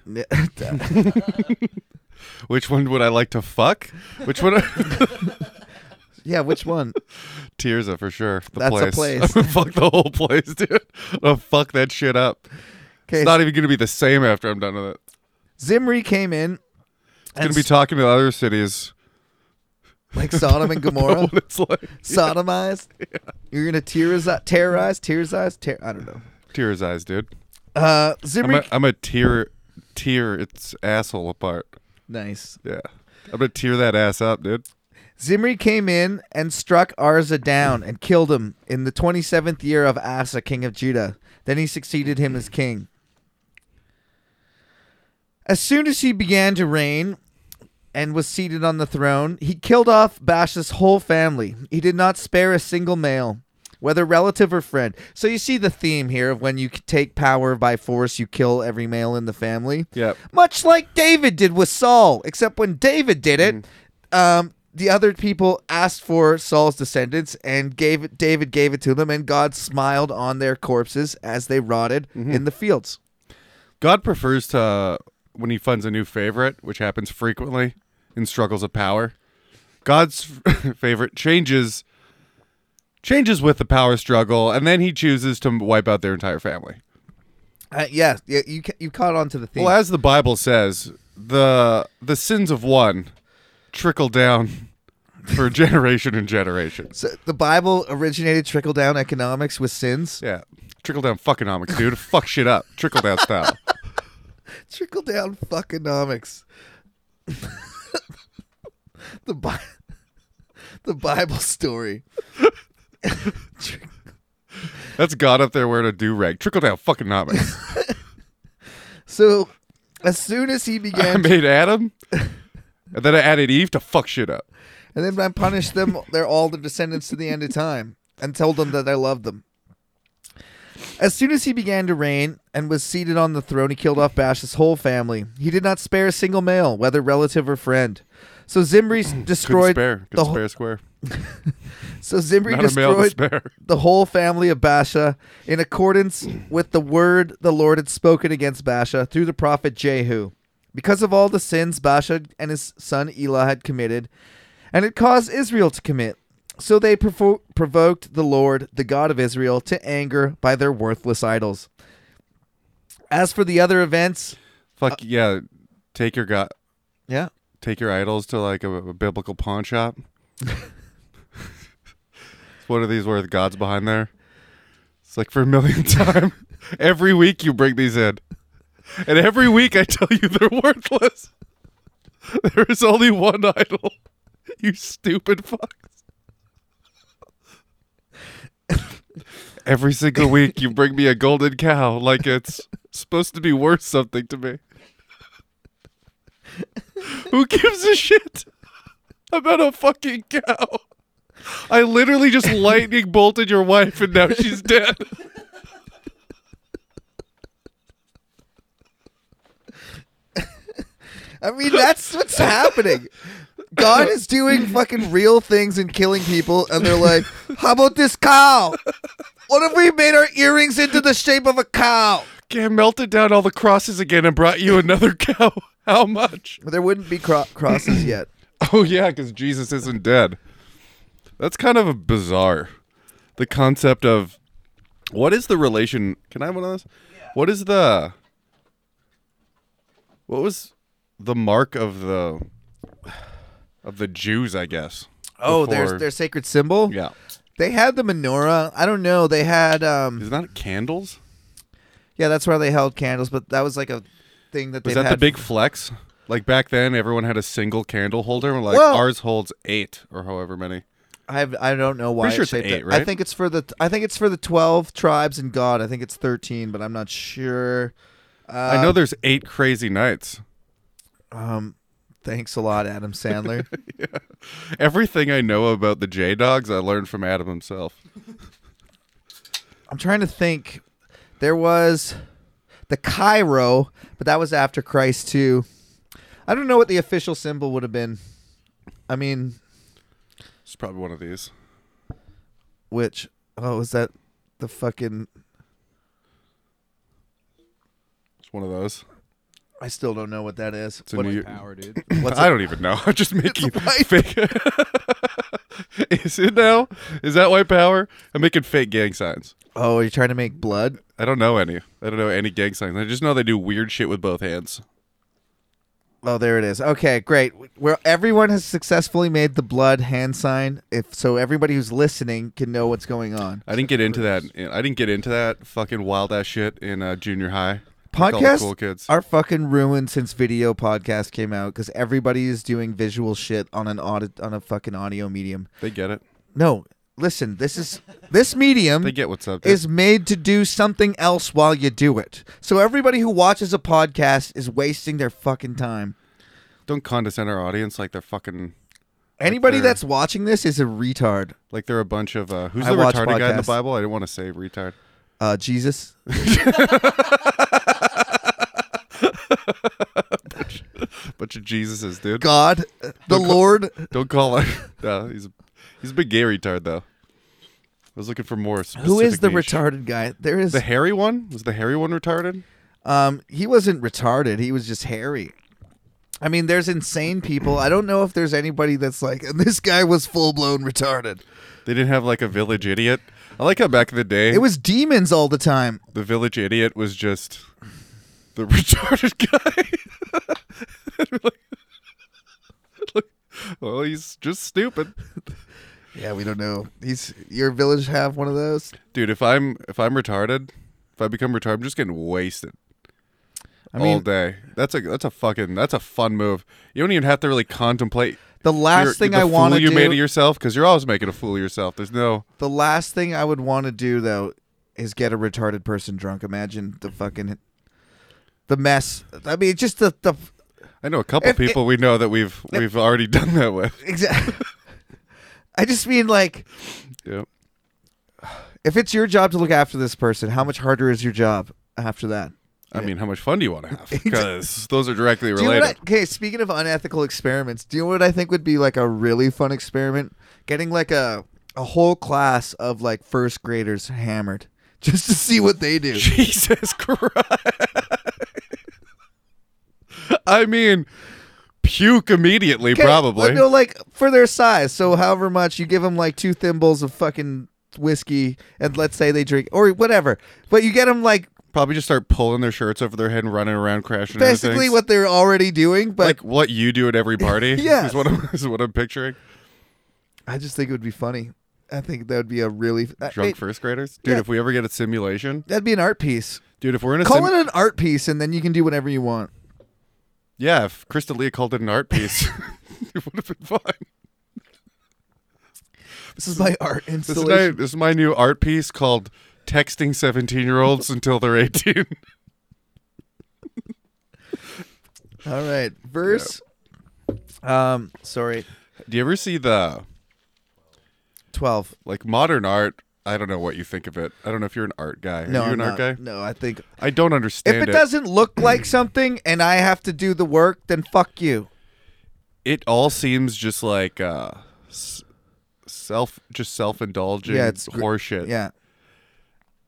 Speaker 2: which one would I like to fuck? Which one?
Speaker 1: *laughs*
Speaker 2: *laughs*
Speaker 1: yeah, which one?
Speaker 2: Tears are for sure. The
Speaker 1: That's a
Speaker 2: place. I'm gonna *laughs* fuck the whole place, dude. I'm gonna fuck that shit up.
Speaker 1: Okay,
Speaker 2: It's not even gonna be the same after I'm done with it.
Speaker 1: Zimri came in
Speaker 2: It's gonna
Speaker 1: and
Speaker 2: be talking to the other cities.
Speaker 1: like Sodom
Speaker 2: *laughs*
Speaker 1: and
Speaker 2: about
Speaker 1: Gomorrah,
Speaker 2: *laughs* what it's like.
Speaker 1: sodomized. You're gonna terrorize, terrorize, terrorize. Ter- I don't know.
Speaker 2: Tears eyes, dude.
Speaker 1: Uh,
Speaker 2: I'm
Speaker 1: Zimri,
Speaker 2: a, I'm a tear, tear its asshole apart.
Speaker 1: nice.
Speaker 2: Yeah, I'm gonna tear that ass up, dude.
Speaker 1: Zimri came in and struck Arza down and killed him in the 27th year of Asa, king of Judah. Then he succeeded him as king. As soon as he began to reign and was seated on the throne, he killed off Baasha's whole family. He did not spare a single male, whether relative or friend. So you see the theme here of when you take power by force, you kill every male in the family.
Speaker 2: Yep.
Speaker 1: Much like David did with Saul, except when David did it,
Speaker 2: Mm.
Speaker 1: um, the other people asked for Saul's descendants and gave it, David gave it to them, and God smiled on their corpses as they rotted
Speaker 2: Mm-hmm.
Speaker 1: in the fields.
Speaker 2: God prefers to uh, when he funds a new favorite, which happens frequently in struggles of power. God's *laughs* favorite changes changes with the power struggle, and then he chooses to wipe out their entire family.
Speaker 1: Uh, yeah, yeah, you ca- you caught on to the theme.
Speaker 2: Well, as the Bible says, the the sins of one trickle down for *laughs* generation and generation.
Speaker 1: so the Bible originated trickle down economics with sins.
Speaker 2: Yeah, trickle down fuckingomics, dude. *laughs* Fuck shit up, trickle down style.
Speaker 1: Trickle down fuckonomics. *laughs* the Bi- the Bible story. *laughs*
Speaker 2: That's God up there wearing a do rag. Trickle down fuckingomics.
Speaker 1: *laughs* So as soon as he began,
Speaker 2: I made Adam, and then I added Eve to fuck shit up.
Speaker 1: and then I punished them, they're all the descendants to the end of time, and told them that I loved them. As soon as he began to reign and was seated on the throne, he killed off Baasha's whole family. He did not spare a single male, whether relative or friend. So Zimri s-
Speaker 2: *clears throat* Couldn't
Speaker 1: destroyed
Speaker 2: spare,
Speaker 1: the
Speaker 2: could
Speaker 1: whole-
Speaker 2: spare square.
Speaker 1: so Zimri
Speaker 2: Not a male to
Speaker 1: destroyed *laughs*
Speaker 2: spare.
Speaker 1: the whole family of Baasha in accordance with the word the Lord had spoken against Baasha through the prophet Jehu. Because of all the sins Baasha and his son Elah had committed, and it caused Israel to commit. So they provo- provoked the Lord, the God of Israel, to anger by their worthless idols. As for the other events,
Speaker 2: Fuck yeah, take your God,
Speaker 1: yeah,
Speaker 2: take your idols to like a, a biblical pawn shop. what are these worth? God's behind there. It's like for a million *laughs* time. every week you bring these in, and every week I tell you they're worthless. There is only one idol. You stupid fucks. Every single week you bring me a golden cow like it's supposed to be worth something to me. Who gives a shit about a fucking cow? I literally *laughs* just lightning bolted your wife and now she's dead.
Speaker 1: I mean that's what's happening. God is doing fucking real things and killing people, and they're like, "How about this cow? What if we made our earrings into the shape of a cow?"
Speaker 2: Cam melted down all the crosses again and brought you another cow. How much?
Speaker 1: There wouldn't be cro-
Speaker 2: *clears throat*
Speaker 1: crosses yet.
Speaker 2: Oh yeah, because Jesus isn't dead. That's kind of bizarre. The concept of what is the relation? Can I have one of those? What is the what was the mark of the of the Jews? I guess.
Speaker 1: Oh,
Speaker 2: Before-
Speaker 1: there's their sacred symbol.
Speaker 2: yeah.
Speaker 1: They had the menorah. I don't know. They had um
Speaker 2: Isn't that candles?
Speaker 1: yeah, that's where they held candles, but that was like a thing that they
Speaker 2: Was that
Speaker 1: had.
Speaker 2: the big flex? Like back then, everyone had a single candle holder. Like
Speaker 1: Well-
Speaker 2: ours holds eight or however many.
Speaker 1: I have, I don't know why
Speaker 2: Pretty sure
Speaker 1: it's
Speaker 2: it's
Speaker 1: shaped
Speaker 2: eight,
Speaker 1: that- I
Speaker 2: right?
Speaker 1: think it's for the I think it's for the 12 tribes and God. I think it's 13, but I'm not sure. Uh,
Speaker 2: I know there's eight crazy nights.
Speaker 1: Um thanks a lot Adam
Speaker 2: *laughs*
Speaker 1: Sandler.
Speaker 2: Everything I know about the J Dogs, I learned from Adam himself.
Speaker 1: I'm trying to think. There was the Cairo, but that was after Christ too. I don't know what the official symbol would have been. I mean,
Speaker 2: It's probably one of these.
Speaker 1: which oh, is that the fucking
Speaker 2: It's one of those.
Speaker 1: I still don't know what that is.
Speaker 2: It's a
Speaker 1: What-
Speaker 2: New-
Speaker 4: Power, dude.
Speaker 1: *laughs* what's
Speaker 2: I
Speaker 1: it?
Speaker 2: don't even know. *laughs* I'm just making
Speaker 1: white.
Speaker 2: *laughs* fake. Is it now? Is that white power? I'm making fake gang signs.
Speaker 1: Oh, you're trying to make blood?
Speaker 2: I don't know any. I don't know any gang signs. I just know they do weird shit with both hands.
Speaker 1: Oh, there it is. Okay, great. Where everyone has successfully made the blood hand sign, if so, everybody who's listening can know what's going on.
Speaker 2: I didn't get into that. I didn't get into that fucking wild ass shit in uh, junior high. Like all the
Speaker 1: Podcasts
Speaker 2: cool kids.
Speaker 1: are fucking ruined since video podcast came out because everybody is doing visual shit on an audit on a fucking audio medium.
Speaker 2: they get it.
Speaker 1: No, listen, this is
Speaker 2: *laughs*
Speaker 1: this medium
Speaker 2: They get what's up. dude.
Speaker 1: is made to do something else while you do it. So everybody who watches a podcast is wasting their fucking time.
Speaker 2: don't condescend our audience like they're fucking
Speaker 1: Anybody
Speaker 2: they're-
Speaker 1: that's watching this is a retard.
Speaker 2: like they're a bunch of uh, who's
Speaker 1: I
Speaker 2: the
Speaker 1: watch
Speaker 2: retarded guy in the
Speaker 1: podcasts.
Speaker 2: Bible? I didn't want to say retard.
Speaker 1: Uh, Jesus.
Speaker 2: Bunch of Jesuses, dude.
Speaker 1: God, *laughs* the Lord.
Speaker 2: *laughs* Don't call him. no, he's he's a big gay retard though. I was looking for more.
Speaker 1: Who is
Speaker 2: specific
Speaker 1: the
Speaker 2: niche.
Speaker 1: retarded guy? There is.
Speaker 2: The hairy one was the hairy one retarded.
Speaker 1: Um, he wasn't retarded. He was just hairy. I mean, there's insane people. I don't know if there's anybody that's like, *laughs* and this guy was full blown retarded.
Speaker 2: They didn't have like a village idiot. I like how back in the day,
Speaker 1: It was demons all the time.
Speaker 2: the village idiot was just the *laughs* retarded guy. *laughs* Like, well, he's just stupid,
Speaker 1: Yeah, we don't know. He's your village have one of those.
Speaker 2: dude. If I'm if I'm retarded, if I become retarded, I'm just getting wasted.
Speaker 1: I
Speaker 2: all
Speaker 1: mean,
Speaker 2: day. That's a that's a fucking that's a fun move. You don't even have to really contemplate
Speaker 1: the last
Speaker 2: your-
Speaker 1: thing
Speaker 2: the
Speaker 1: I want
Speaker 2: fool
Speaker 1: to
Speaker 2: you
Speaker 1: do.
Speaker 2: made of yourself because you're always making a fool of yourself. There's no
Speaker 1: the last thing I would want to do though is get a retarded person drunk. Imagine the fucking, the mess. I mean, just the the
Speaker 2: I know a couple
Speaker 1: If-
Speaker 2: people we know that we've we've already *laughs* done that with.
Speaker 1: *laughs* exact. I just mean like
Speaker 2: Yeah.
Speaker 1: if it's your job to look after this person, how much harder is your job after that?
Speaker 2: I mean, how much fun do you want to have? Because those are directly
Speaker 1: Do you know
Speaker 2: related.
Speaker 1: what I, okay, speaking of unethical experiments, do you know what I think would be like a really fun experiment? Getting like a a whole class of like first graders hammered *laughs* just to see what they
Speaker 2: *laughs*
Speaker 1: do.
Speaker 2: Jesus Christ! I mean, puke immediately,
Speaker 1: Okay,
Speaker 2: probably.
Speaker 1: well, No, like for their size. So however much you give them, like two thimbles of fucking whiskey, and let's say they drink or whatever, but you get them like
Speaker 2: Probably just start pulling their shirts over their head and running around, crashing. into
Speaker 1: basically
Speaker 2: things.
Speaker 1: what they're already doing. But
Speaker 2: like what you do at
Speaker 1: *laughs*
Speaker 2: every party.
Speaker 1: Yes.
Speaker 2: is what I'm, is what I'm picturing.
Speaker 1: I just think it would be funny. I think that would be a really I-
Speaker 2: drunk
Speaker 1: it-
Speaker 2: first graders dude
Speaker 1: yeah.
Speaker 2: if we ever get a simulation
Speaker 1: That'd be an art piece.
Speaker 2: dude if we're in a
Speaker 1: Call it
Speaker 2: sim-
Speaker 1: an art piece, and then you can do whatever you want.
Speaker 2: yeah if krista leah called it an art piece *laughs* it would have been fun
Speaker 1: This is my
Speaker 2: *laughs*
Speaker 1: art
Speaker 2: this is, my,
Speaker 1: installation.
Speaker 2: this is my new art piece called texting 17 year olds until they're
Speaker 1: *laughs*
Speaker 2: 18
Speaker 1: All right, verse. Um, sorry,
Speaker 2: do you ever see the
Speaker 1: twelve.
Speaker 2: like modern art i don't know what you think of it i don't know if you're an art guy
Speaker 1: No,
Speaker 2: are you
Speaker 1: I'm
Speaker 2: an
Speaker 1: not.
Speaker 2: art guy
Speaker 1: No, I think
Speaker 2: i don't
Speaker 1: if
Speaker 2: understand *clears throat*
Speaker 1: it doesn't look like something and I have to do the work, then fuck you.
Speaker 2: it all seems just like uh s- self just self-indulging
Speaker 1: Yeah, it's gr-
Speaker 2: horseshit
Speaker 1: Yeah.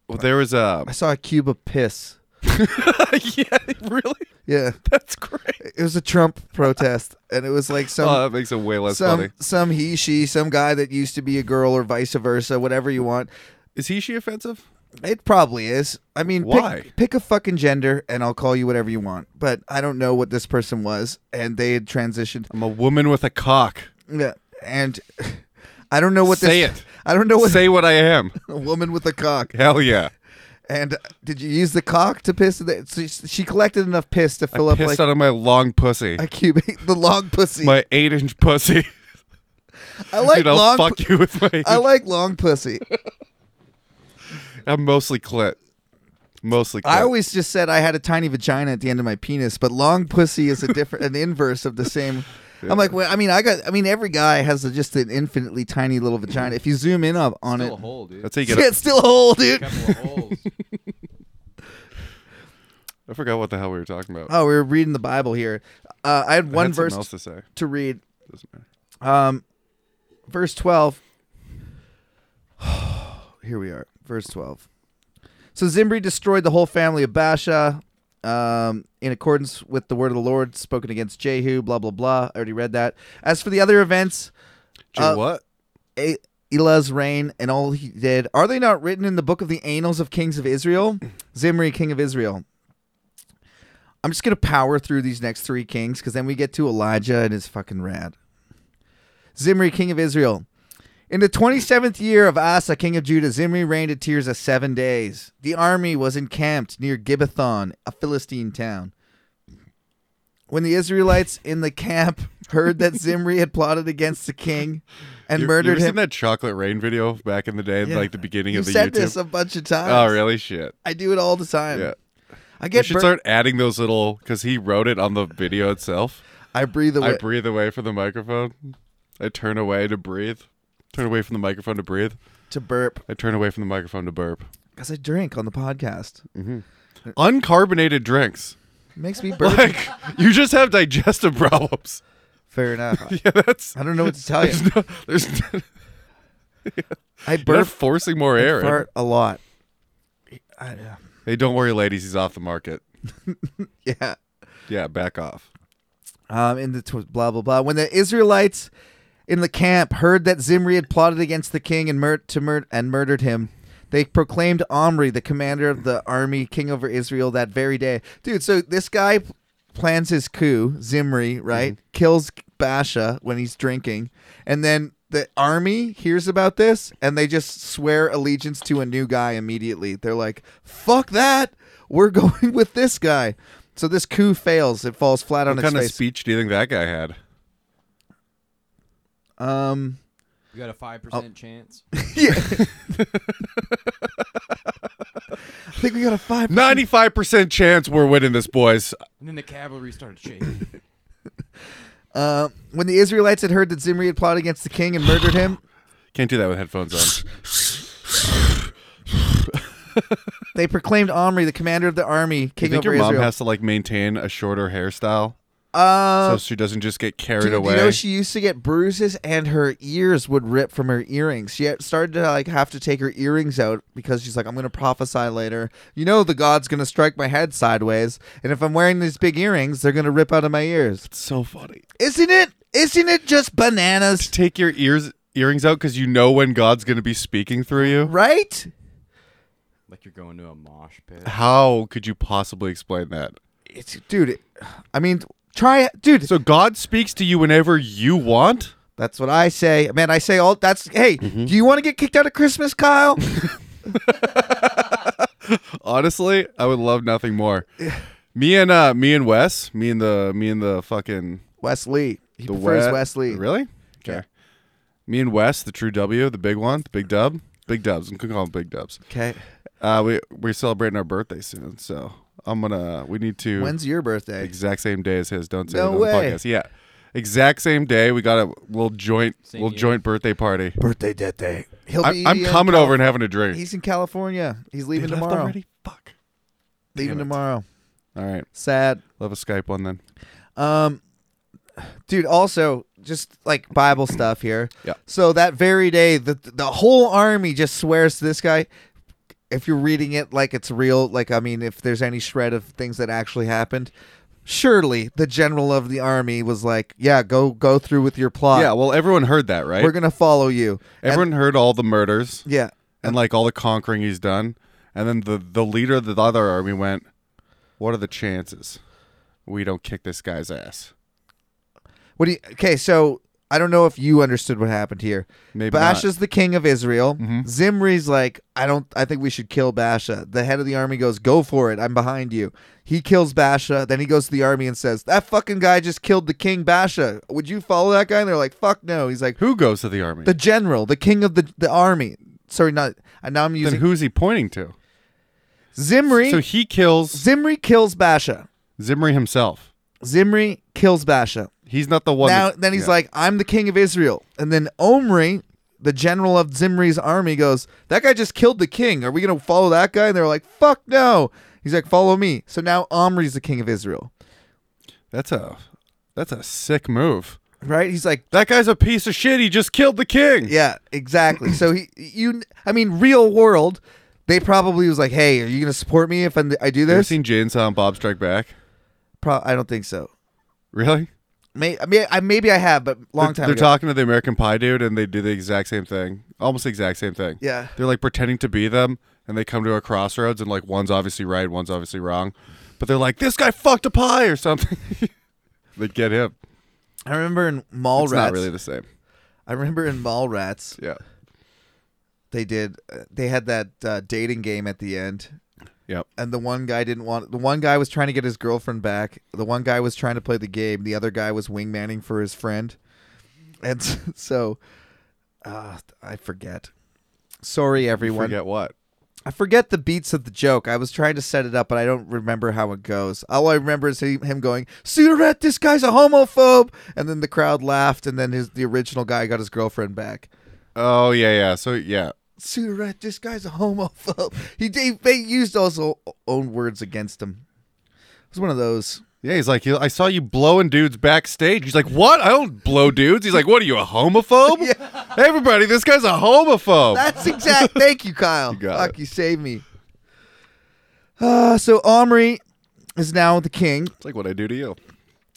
Speaker 2: Well, there was a
Speaker 1: I saw a cube of piss.
Speaker 2: *laughs* yeah really
Speaker 1: Yeah.
Speaker 2: *laughs* that's great
Speaker 1: It was a Trump protest, and it was like some
Speaker 2: oh that makes it way less
Speaker 1: some
Speaker 2: funny
Speaker 1: some he she some guy that used to be a girl or vice versa, whatever you want.
Speaker 2: is he she offensive
Speaker 1: It probably is. I mean, pick-
Speaker 2: Why?
Speaker 1: Pick, a fucking gender, and I'll call you whatever you want. But I don't know what this person was, and they had transitioned.
Speaker 2: i'm a woman with a cock
Speaker 1: Yeah, and *laughs* I don't know what
Speaker 2: Say
Speaker 1: this.
Speaker 2: it.
Speaker 1: *laughs* I don't know what
Speaker 2: say what i am
Speaker 1: a woman with a cock.
Speaker 2: hell yeah
Speaker 1: And uh, did you use the cock to piss? The, so she- she collected enough piss to fill up like
Speaker 2: pissed out of my long pussy
Speaker 1: a cube, *laughs* the long pussy.
Speaker 2: my eight inch pussy *laughs*
Speaker 1: I like
Speaker 2: dude i'll
Speaker 1: long.
Speaker 2: fuck
Speaker 1: pu-
Speaker 2: you with my
Speaker 1: I like long pussy.
Speaker 2: *laughs* i'm mostly clit mostly clit.
Speaker 1: I always just said I had a tiny vagina at the end of my penis, but long pussy is a different, an inverse of the
Speaker 2: *laughs*
Speaker 1: same. I'm like, well, I mean, I got, I mean, every guy has a, just an infinitely tiny little vagina. If you zoom in up on
Speaker 4: Still a
Speaker 1: it,
Speaker 4: hole, dude.
Speaker 2: that's how
Speaker 1: *laughs*
Speaker 2: you
Speaker 1: yeah,
Speaker 2: get a-
Speaker 1: it's still a hole, dude.
Speaker 4: couple of holes.
Speaker 2: i forgot what the hell we were talking about
Speaker 1: Oh, we were reading the Bible here. Uh, I had
Speaker 2: I
Speaker 1: one
Speaker 2: had something
Speaker 1: verse
Speaker 2: else to say
Speaker 1: to read.
Speaker 2: Doesn't matter.
Speaker 1: Um, verse 12. *sighs* Here we are. Verse 12. So Zimri destroyed the whole family of Basha um, in accordance with the word of the Lord spoken against Jehu, blah, blah, blah. I already read that. As for the other events,
Speaker 2: Gee,
Speaker 1: Uh,
Speaker 2: what
Speaker 1: E- Elah's reign and all he did, are they not written in the book of the annals of kings of Israel? *clears throat* Zimri, king of Israel. I'm just going to power through these next three kings because then we get to Elijah and it's fucking rad. Zimri, king of Israel. In the 27th year of Asa, king of Judah, Zimri reigned at Tirzah seven days. The army was encamped near Gibbethon, a Philistine town. When the Israelites in the camp *laughs* heard that Zimri had plotted against the king and
Speaker 2: You- you
Speaker 1: murdered
Speaker 2: ever
Speaker 1: him,
Speaker 2: Seen that chocolate rain video back in the day,
Speaker 1: Yeah.
Speaker 2: like the beginning
Speaker 1: you
Speaker 2: of the
Speaker 1: said
Speaker 2: YouTube.
Speaker 1: this uh, a bunch of times.
Speaker 2: oh, really? Shit.
Speaker 1: I do it all the time.
Speaker 2: Yeah.
Speaker 1: I
Speaker 2: You
Speaker 1: get.
Speaker 2: should
Speaker 1: bur-
Speaker 2: start adding those little because he wrote it on the video itself.
Speaker 1: I breathe away.
Speaker 2: I breathe away from the microphone. I turn away to breathe. Turn away from the microphone to breathe.
Speaker 1: to burp
Speaker 2: I turn away from the microphone to burp.
Speaker 1: because I drink on the podcast.
Speaker 2: Uncarbonated drinks. *laughs*
Speaker 1: makes me burp.
Speaker 2: Like you just have digestive problems. *laughs*
Speaker 1: Fair enough.
Speaker 2: Yeah, that's
Speaker 1: I don't know what to tell you.
Speaker 2: there's no, there's *laughs*
Speaker 1: I
Speaker 2: you're not
Speaker 1: burp
Speaker 2: forcing more air. in.
Speaker 1: fart a lot. I, uh,
Speaker 2: Hey, don't worry, ladies. He's off the market.
Speaker 1: yeah.
Speaker 2: Yeah, back off.
Speaker 1: Um, in the tw- blah blah blah. When the Israelites in the camp heard that Zimri had plotted against the king and mur- to mur- and murdered him, they proclaimed Omri, the commander of the army, king over Israel that very day. Dude, so this guy p- plans his coup. Zimri, right, kills Basha when he's drinking, and then. The army hears about this and they just swear allegiance to a new guy immediately. They're like, fuck that. We're *laughs* going with this guy. So this coup fails. It falls flat on
Speaker 2: What
Speaker 1: its
Speaker 2: kind of
Speaker 1: face.
Speaker 2: speech do you think that guy had?
Speaker 1: Um,
Speaker 4: You got a five
Speaker 2: Oh.
Speaker 4: percent chance.
Speaker 1: yeah. I think we got a five.
Speaker 2: Ninety-five percent chance we're winning this, boys.
Speaker 4: And then the cavalry started shaking.
Speaker 1: Uh, when the Israelites had heard that Zimri had plotted against the king and murdered him,
Speaker 2: Can't do that with headphones *laughs* on.
Speaker 1: they proclaimed Omri the commander of the army,
Speaker 2: You
Speaker 1: king
Speaker 2: think
Speaker 1: over
Speaker 2: your mom
Speaker 1: Israel.
Speaker 2: has to like maintain a shorter hairstyle
Speaker 1: uh,
Speaker 2: so she doesn't just get carried
Speaker 1: dude,
Speaker 2: away?
Speaker 1: you know she used to get bruises, and her ears would rip from her earrings. She had started to like have to take her earrings out because she's like, "I'm gonna prophesy later. You know, the God's gonna strike my head sideways, and if I'm wearing these big earrings, they're gonna rip out of my ears."
Speaker 2: It's so funny.
Speaker 1: Isn't it? Isn't it just bananas?
Speaker 2: Take your ears earrings out because you know when God's gonna be speaking through you.
Speaker 1: Right?
Speaker 4: like you're going to a mosh
Speaker 2: *sighs*
Speaker 4: pit.
Speaker 2: How could you possibly explain that?
Speaker 1: It's dude. It, I mean, try it, dude.
Speaker 2: So God speaks to you whenever you want.
Speaker 1: that's what I say, man. I say all that's. Hey,
Speaker 2: Mm-hmm.
Speaker 1: do you want to get kicked out of Christmas,
Speaker 2: *laughs*
Speaker 1: Kyle?
Speaker 2: Honestly, I would love nothing more. Me and uh, me and Wes, me and the me and the fucking
Speaker 1: Wesley. He
Speaker 2: the
Speaker 1: prefers
Speaker 2: Wes-
Speaker 1: Wesley.
Speaker 2: Really? Okay. Me and Wes, the true W, the big one, the big dub, big dubs. I'm gonna call them big dubs.
Speaker 1: Okay.
Speaker 2: Uh, we we're celebrating our birthday soon, so I'm gonna. We need to
Speaker 1: When's your birthday?
Speaker 2: exact same day as his. Don't say
Speaker 1: No
Speaker 2: it on
Speaker 1: way.
Speaker 2: the podcast. Yeah, exact same day. We got a little joint,
Speaker 4: Same
Speaker 2: little
Speaker 4: year.
Speaker 2: joint birthday party.
Speaker 1: birthday, death day. He'll
Speaker 2: I,
Speaker 1: be.
Speaker 2: I'm
Speaker 1: in
Speaker 2: coming
Speaker 1: Cal-
Speaker 2: over and having a drink.
Speaker 1: He's in California. He's
Speaker 2: They
Speaker 1: leaving
Speaker 2: left
Speaker 1: tomorrow.
Speaker 2: already? Fuck.
Speaker 1: Leaving
Speaker 2: Damn it.
Speaker 1: tomorrow.
Speaker 2: All right,
Speaker 1: Sad.
Speaker 2: love a Skype one then.
Speaker 1: Um, dude. Also, just like Bible stuff here.
Speaker 2: Yeah.
Speaker 1: So that very day, the the whole army just swears to this guy. If you're reading it like it's real, like I mean, if there's any shred of things that actually happened, surely the general of the army was like, "Yeah, go go through with your plot.
Speaker 2: yeah, well, everyone heard that, right?
Speaker 1: we're gonna follow you." And-
Speaker 2: everyone heard all the murders
Speaker 1: yeah.
Speaker 2: and like all the conquering he's done, and then the the leader of the other army went, "What are the chances we don't kick this guy's ass?"
Speaker 1: What do you? Okay, so I don't know if you understood what happened here.
Speaker 2: Maybe
Speaker 1: Bash
Speaker 2: not. Mm-hmm.
Speaker 1: is the king of Israel. Zimri's like, I don't. I think we should kill Basha. The head of the army goes, "Go for it! I'm behind you." He kills Basha. Then he goes to the army and says, "That fucking guy just killed the king Basha. Would you follow that guy?" And they're like, "Fuck no." He's like,
Speaker 2: Who goes to the army?
Speaker 1: "The general, the king of the the army." Sorry, not. And now I'm
Speaker 2: then
Speaker 1: using
Speaker 2: who's he pointing to?
Speaker 1: Zimri.
Speaker 2: So he kills
Speaker 1: Zimri kills Basha.
Speaker 2: Zimri himself.
Speaker 1: Zimri kills Basha.
Speaker 2: He's not the one.
Speaker 1: now
Speaker 2: that-
Speaker 1: then he's
Speaker 2: yeah.
Speaker 1: like, I'm the king of Israel. And then Omri, the general of Zimri's army, goes, That guy just killed the king. Are we gonna follow that guy? And they're like, Fuck no. He's like, Follow me. So now Omri's the king of Israel.
Speaker 2: "That's a that's a sick move."
Speaker 1: Right? He's like,
Speaker 2: That guy's a piece of shit. He just killed the king.
Speaker 1: Yeah, exactly. so he you I mean, real world, they probably was like, Hey, are you gonna support me if I I do
Speaker 2: You ever
Speaker 1: this?
Speaker 2: seen Jane Silent Bob Strike Back?
Speaker 1: Pro- I don't think so.
Speaker 2: Really?
Speaker 1: May, I mean, I, maybe I have, but long time
Speaker 2: They're
Speaker 1: ago.
Speaker 2: talking to the American Pie dude, and they do the exact same thing, almost the exact same thing.
Speaker 1: Yeah.
Speaker 2: They're like pretending to be them, and they come to a crossroads, and like one's obviously right, one's obviously wrong, but they're like, "This guy fucked a pie" or something. *laughs* they get him.
Speaker 1: I remember in Mallrats.
Speaker 2: it's not really the same.
Speaker 1: I remember in Mallrats.
Speaker 2: Yeah.
Speaker 1: they did uh, they had that uh, dating game at the end
Speaker 2: Yep.
Speaker 1: and the one guy didn't want the one guy was trying to get his girlfriend back the one guy was trying to play the game the other guy was wingmanning for his friend and *laughs* s- so uh, i forget sorry everyone
Speaker 2: Forget what.
Speaker 1: i forget the beats of the joke i was trying to set it up but i don't remember how it goes all i remember is he, him going cigarette this guy's a homophobe and then the crowd laughed and then his the original guy got his girlfriend back
Speaker 2: Oh yeah, yeah. So yeah,
Speaker 1: Sudarat, this guy's a homophobe. He they, they used also own words against him. It was one of those.
Speaker 2: yeah. He's like, I saw you blowing dudes backstage. He's like, what? I don't blow dudes. He's like, what are you a
Speaker 1: *laughs*
Speaker 2: homophobe? Hey, everybody, this guy's a homophobe.
Speaker 1: That's
Speaker 2: *laughs*
Speaker 1: exact. thank you, Kyle.
Speaker 2: You got
Speaker 1: Fuck,
Speaker 2: it.
Speaker 1: you saved me. Uh, so Omri is now the king.
Speaker 2: it's like what I do to you.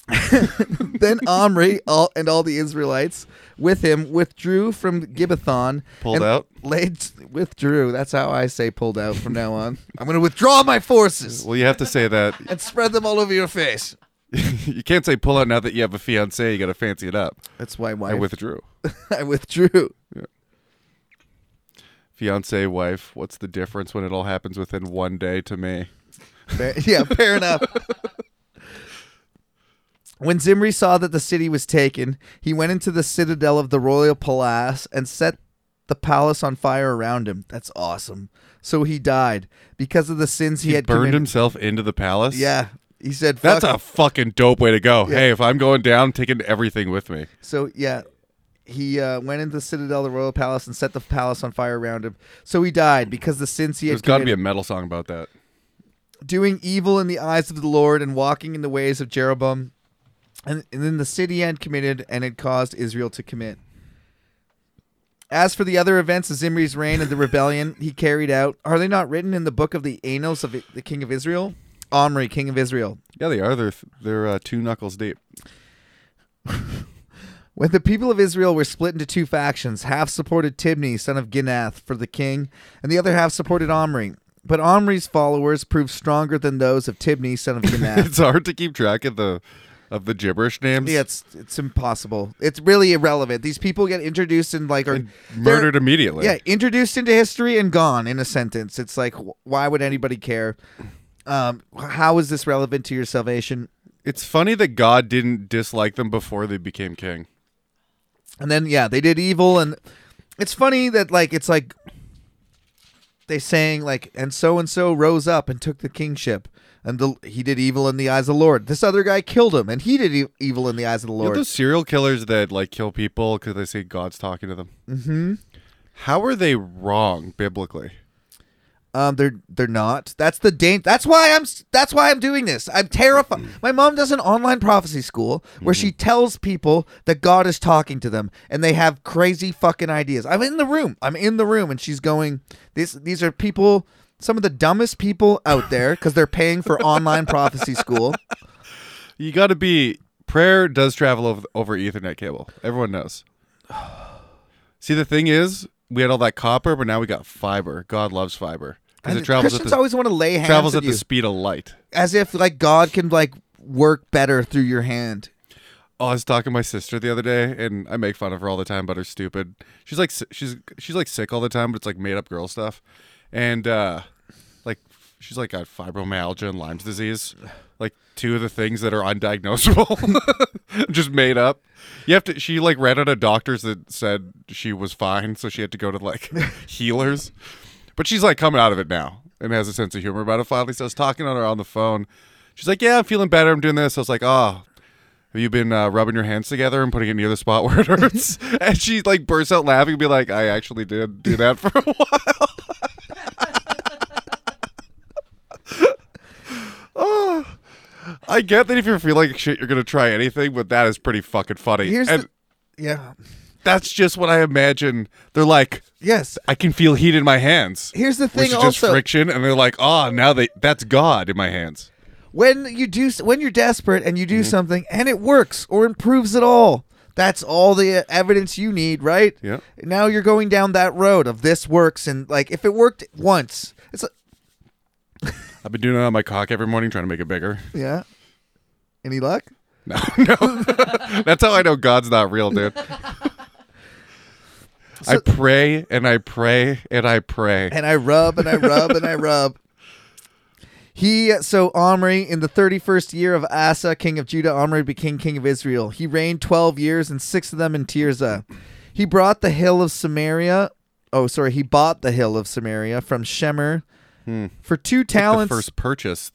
Speaker 2: *laughs*
Speaker 1: then Omri all, and all the Israelites with him withdrew from Gibbethon.
Speaker 2: Pulled
Speaker 1: and
Speaker 2: out?
Speaker 1: Laid, withdrew. That's how I say pulled out from now on. I'm going to withdraw my
Speaker 2: *laughs*
Speaker 1: forces
Speaker 2: Well, you have to say that.
Speaker 1: and spread them all over your face.
Speaker 2: you can't say pull out now that you have a fiance. You got to fancy it up.
Speaker 1: That's why
Speaker 2: I
Speaker 1: wife,
Speaker 2: *laughs* withdrew.
Speaker 1: *laughs* I withdrew.
Speaker 2: Fiance, wife. What's the difference when it all happens within one day to me?
Speaker 1: Fair- *laughs* yeah, fair enough. When Zimri saw that the city was taken, he went into the citadel of the royal palace and set the palace on fire around him. That's awesome. So he died because of the sins he,
Speaker 2: He
Speaker 1: had
Speaker 2: burned
Speaker 1: committed.
Speaker 2: himself into the palace.
Speaker 1: Yeah, he said. Fuck.
Speaker 2: That's a fucking dope way to go. Hey, if I'm going down, I'm taking everything with me.
Speaker 1: So yeah, he uh, went into the citadel of the royal palace and set the palace on fire around him. So he died because the sins he
Speaker 2: There's
Speaker 1: had
Speaker 2: got to be
Speaker 1: committed.
Speaker 2: a metal song about that.
Speaker 1: doing evil in the eyes of the Lord and walking in the ways of Jeroboam, and, and then the city had committed and had caused Israel to commit. As for the other events of Zimri's reign and the rebellion he carried out, are they not written in the book of the Anos of I- the king of Israel? Omri, king of Israel.
Speaker 2: Yeah, they are. They're they're uh, two knuckles deep. *laughs*
Speaker 1: When the people of Israel were split into two factions, half supported Tibni, son of Ginath, for the king, and the other half supported Omri. But Omri's followers proved stronger than those of Tibni, son of Ginath.
Speaker 2: It's hard to keep track of the of the gibberish names.
Speaker 1: Yeah, it's it's impossible. It's really irrelevant. These people get introduced and like are
Speaker 2: And murdered
Speaker 1: they're-
Speaker 2: immediately.
Speaker 1: Yeah, introduced into history and gone in a sentence. It's like wh- why would anybody care? Um, how is this relevant to your salvation?
Speaker 2: It's funny that God didn't dislike them before they became king.
Speaker 1: And then yeah, they did evil, and it's funny that like it's like they saying like and so and so rose up and took the kingship. And the, he did evil in the eyes of the Lord. This other guy killed him, and he did e- evil in the eyes of the
Speaker 2: You know
Speaker 1: Lord.
Speaker 2: those serial killers that like kill people because they say God's talking to them. Mm-hmm. How are they wrong biblically?
Speaker 1: Um, they're they're not. That's the dang. That's why I'm. s- That's why I'm doing this. I'm terrified.
Speaker 2: Mm-hmm.
Speaker 1: My mom does an online prophecy school where she tells people that God is talking to them, and they have crazy fucking ideas. I'm in the room. I'm in the room, and she's going. These these are people. Some of the dumbest people out there because they're paying for online prophecy
Speaker 2: *laughs*
Speaker 1: school.
Speaker 2: You got to be prayer does travel over, over Ethernet cable. Everyone knows. *sighs* See, the thing is, we had all that copper, but now we got fiber. God loves fiber because
Speaker 1: And
Speaker 2: it travels at
Speaker 1: Christians
Speaker 2: the
Speaker 1: always want to lay hands
Speaker 2: travels
Speaker 1: at
Speaker 2: at
Speaker 1: you
Speaker 2: the speed of light.
Speaker 1: as if like God can like work better through your hand.
Speaker 2: Oh, I was talking to my sister the other day, and I make fun of her all the time about her stupid. She's like si- she's she's like sick all the time, but it's like made up girl stuff, and uh like she's like got fibromyalgia and Lyme's disease, like two of the things that are undiagnosable, *laughs* just made up. You have to. She like read at a doctor's that said she was fine, so she had to go to like *laughs* healers, but she's like coming out of it now and has a sense of humor about it. Finally, so I was talking to her on the phone. She's like, "Yeah, I'm feeling better. I'm doing this." I was like, "Oh, have you been uh, rubbing your hands together and putting it near the
Speaker 1: *laughs*
Speaker 2: spot where it hurts? and she like bursts out laughing and be like, I actually did do that for a while. *laughs* Oh. I get that if you feel like shit, you're going to try anything, but that is pretty fucking funny.
Speaker 1: Here's
Speaker 2: and
Speaker 1: the- Yeah.
Speaker 2: that's just what I imagine. They're like,
Speaker 1: Yes.
Speaker 2: I can feel heat in my hands.
Speaker 1: Here's the
Speaker 2: Which
Speaker 1: thing.
Speaker 2: is just
Speaker 1: also,
Speaker 2: friction, and they're like, "Ah, now they that's God in my hands."
Speaker 1: when you do when you're desperate and you do something and it works or improves at all that's all the uh, evidence you need right
Speaker 2: Yeah.
Speaker 1: now you're going down that road of this works and like if it worked once it's a,
Speaker 2: I've been doing it on my cock every morning, trying to make it bigger. *laughs*
Speaker 1: yeah any luck
Speaker 2: No, no. That's how I know God's not
Speaker 1: *laughs*
Speaker 2: real, dude. I pray and I pray and I pray.
Speaker 1: and i rub and i rub and i rub he so omri in the 31st year of asa king of judah omri became king of israel he reigned 12 years and six of them in tirzah he brought the hill of samaria oh sorry he bought the hill of samaria from shemer for two
Speaker 2: Hmm. the
Speaker 1: talents
Speaker 2: first purchase.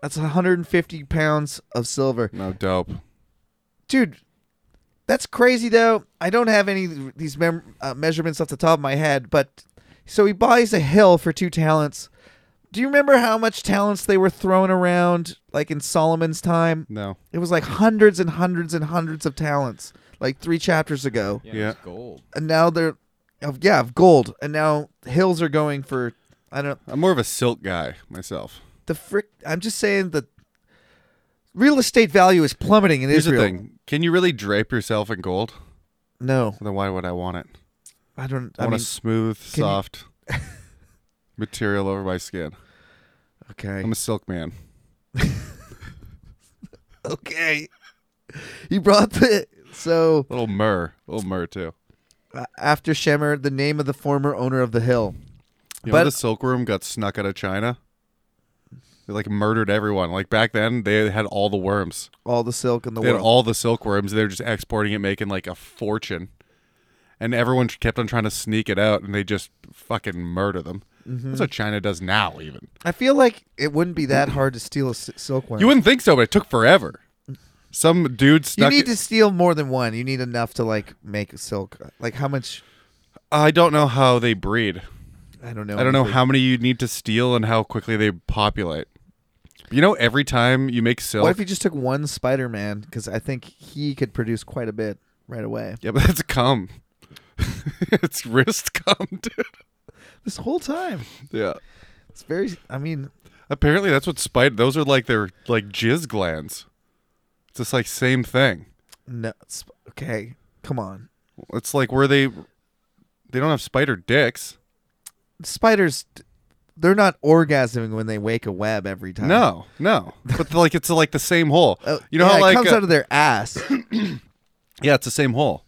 Speaker 1: that's 150 pounds of silver
Speaker 2: No dope.
Speaker 1: dude that's crazy though i don't have any of these mem- uh, measurements off the top of my head but so he buys a hill for two talents do you remember how much talents they were throwing around like in solomon's time
Speaker 2: No.
Speaker 1: it was like hundreds and hundreds and hundreds of talents like three chapters ago
Speaker 4: Yeah, it's
Speaker 2: Yeah.
Speaker 4: gold.
Speaker 1: and now they're of yeah of gold and now hills are going for i don't
Speaker 2: I'm more of a silk guy myself.
Speaker 1: the frick i'm just saying that real estate value is plummeting in
Speaker 2: Here's
Speaker 1: israel
Speaker 2: the thing. Can you really drape yourself in gold?
Speaker 1: no
Speaker 2: Then why would I want it?
Speaker 1: i don't
Speaker 2: I,
Speaker 1: i
Speaker 2: want
Speaker 1: mean
Speaker 2: a smooth,
Speaker 1: you- *laughs*
Speaker 2: soft material over my skin.
Speaker 1: okay
Speaker 2: I'm a silk man.
Speaker 1: okay. He brought the so
Speaker 2: Little myrrh. Little myrrh too.
Speaker 1: uh, after Shemer, the name of the former owner of the hill.
Speaker 2: You
Speaker 1: But-
Speaker 2: know the silkworm got snuck out of China? They like murdered everyone. Like back then they had all the worms.
Speaker 1: All the silk in the
Speaker 2: They had
Speaker 1: world.
Speaker 2: all the silkworms. They were just exporting it, making like a fortune. And everyone tr- kept on trying to sneak it out, and they just fucking murder them.
Speaker 1: Mm-hmm.
Speaker 2: That's what China does now, even.
Speaker 1: I feel like it wouldn't be that hard to steal a s- silkworm.
Speaker 2: You wouldn't think so, but it took forever. Some dude
Speaker 1: You
Speaker 2: snuck.
Speaker 1: need
Speaker 2: it-
Speaker 1: to steal more than one. You need enough to like make silk. Like how much?
Speaker 2: I don't know how they breed.
Speaker 1: Oh, I don't know.
Speaker 2: I don't know
Speaker 1: anything.
Speaker 2: how many you need to steal and how quickly they populate. You know, every time you make silk,
Speaker 1: What if you just took one Spider-Man? Because I think he could produce quite a bit right away.
Speaker 2: yeah, but that's cum. *laughs* it's wrist cum, *laughs* dude.
Speaker 1: This whole time,
Speaker 2: Yeah.
Speaker 1: it's very. I mean,
Speaker 2: Apparently, that's what spider. Those are like their like jizz glands. It's just like same thing.
Speaker 1: no. sp- Okay, come on.
Speaker 2: It's like where they they don't have spider dicks.
Speaker 1: Spiders, they're not orgasming when they wake a web every time.
Speaker 2: No, no. But like it's like the same hole.
Speaker 1: Oh,
Speaker 2: You know
Speaker 1: yeah,
Speaker 2: how
Speaker 1: it
Speaker 2: like
Speaker 1: comes
Speaker 2: uh,
Speaker 1: out of their ass. *coughs*
Speaker 2: yeah, it's the same hole.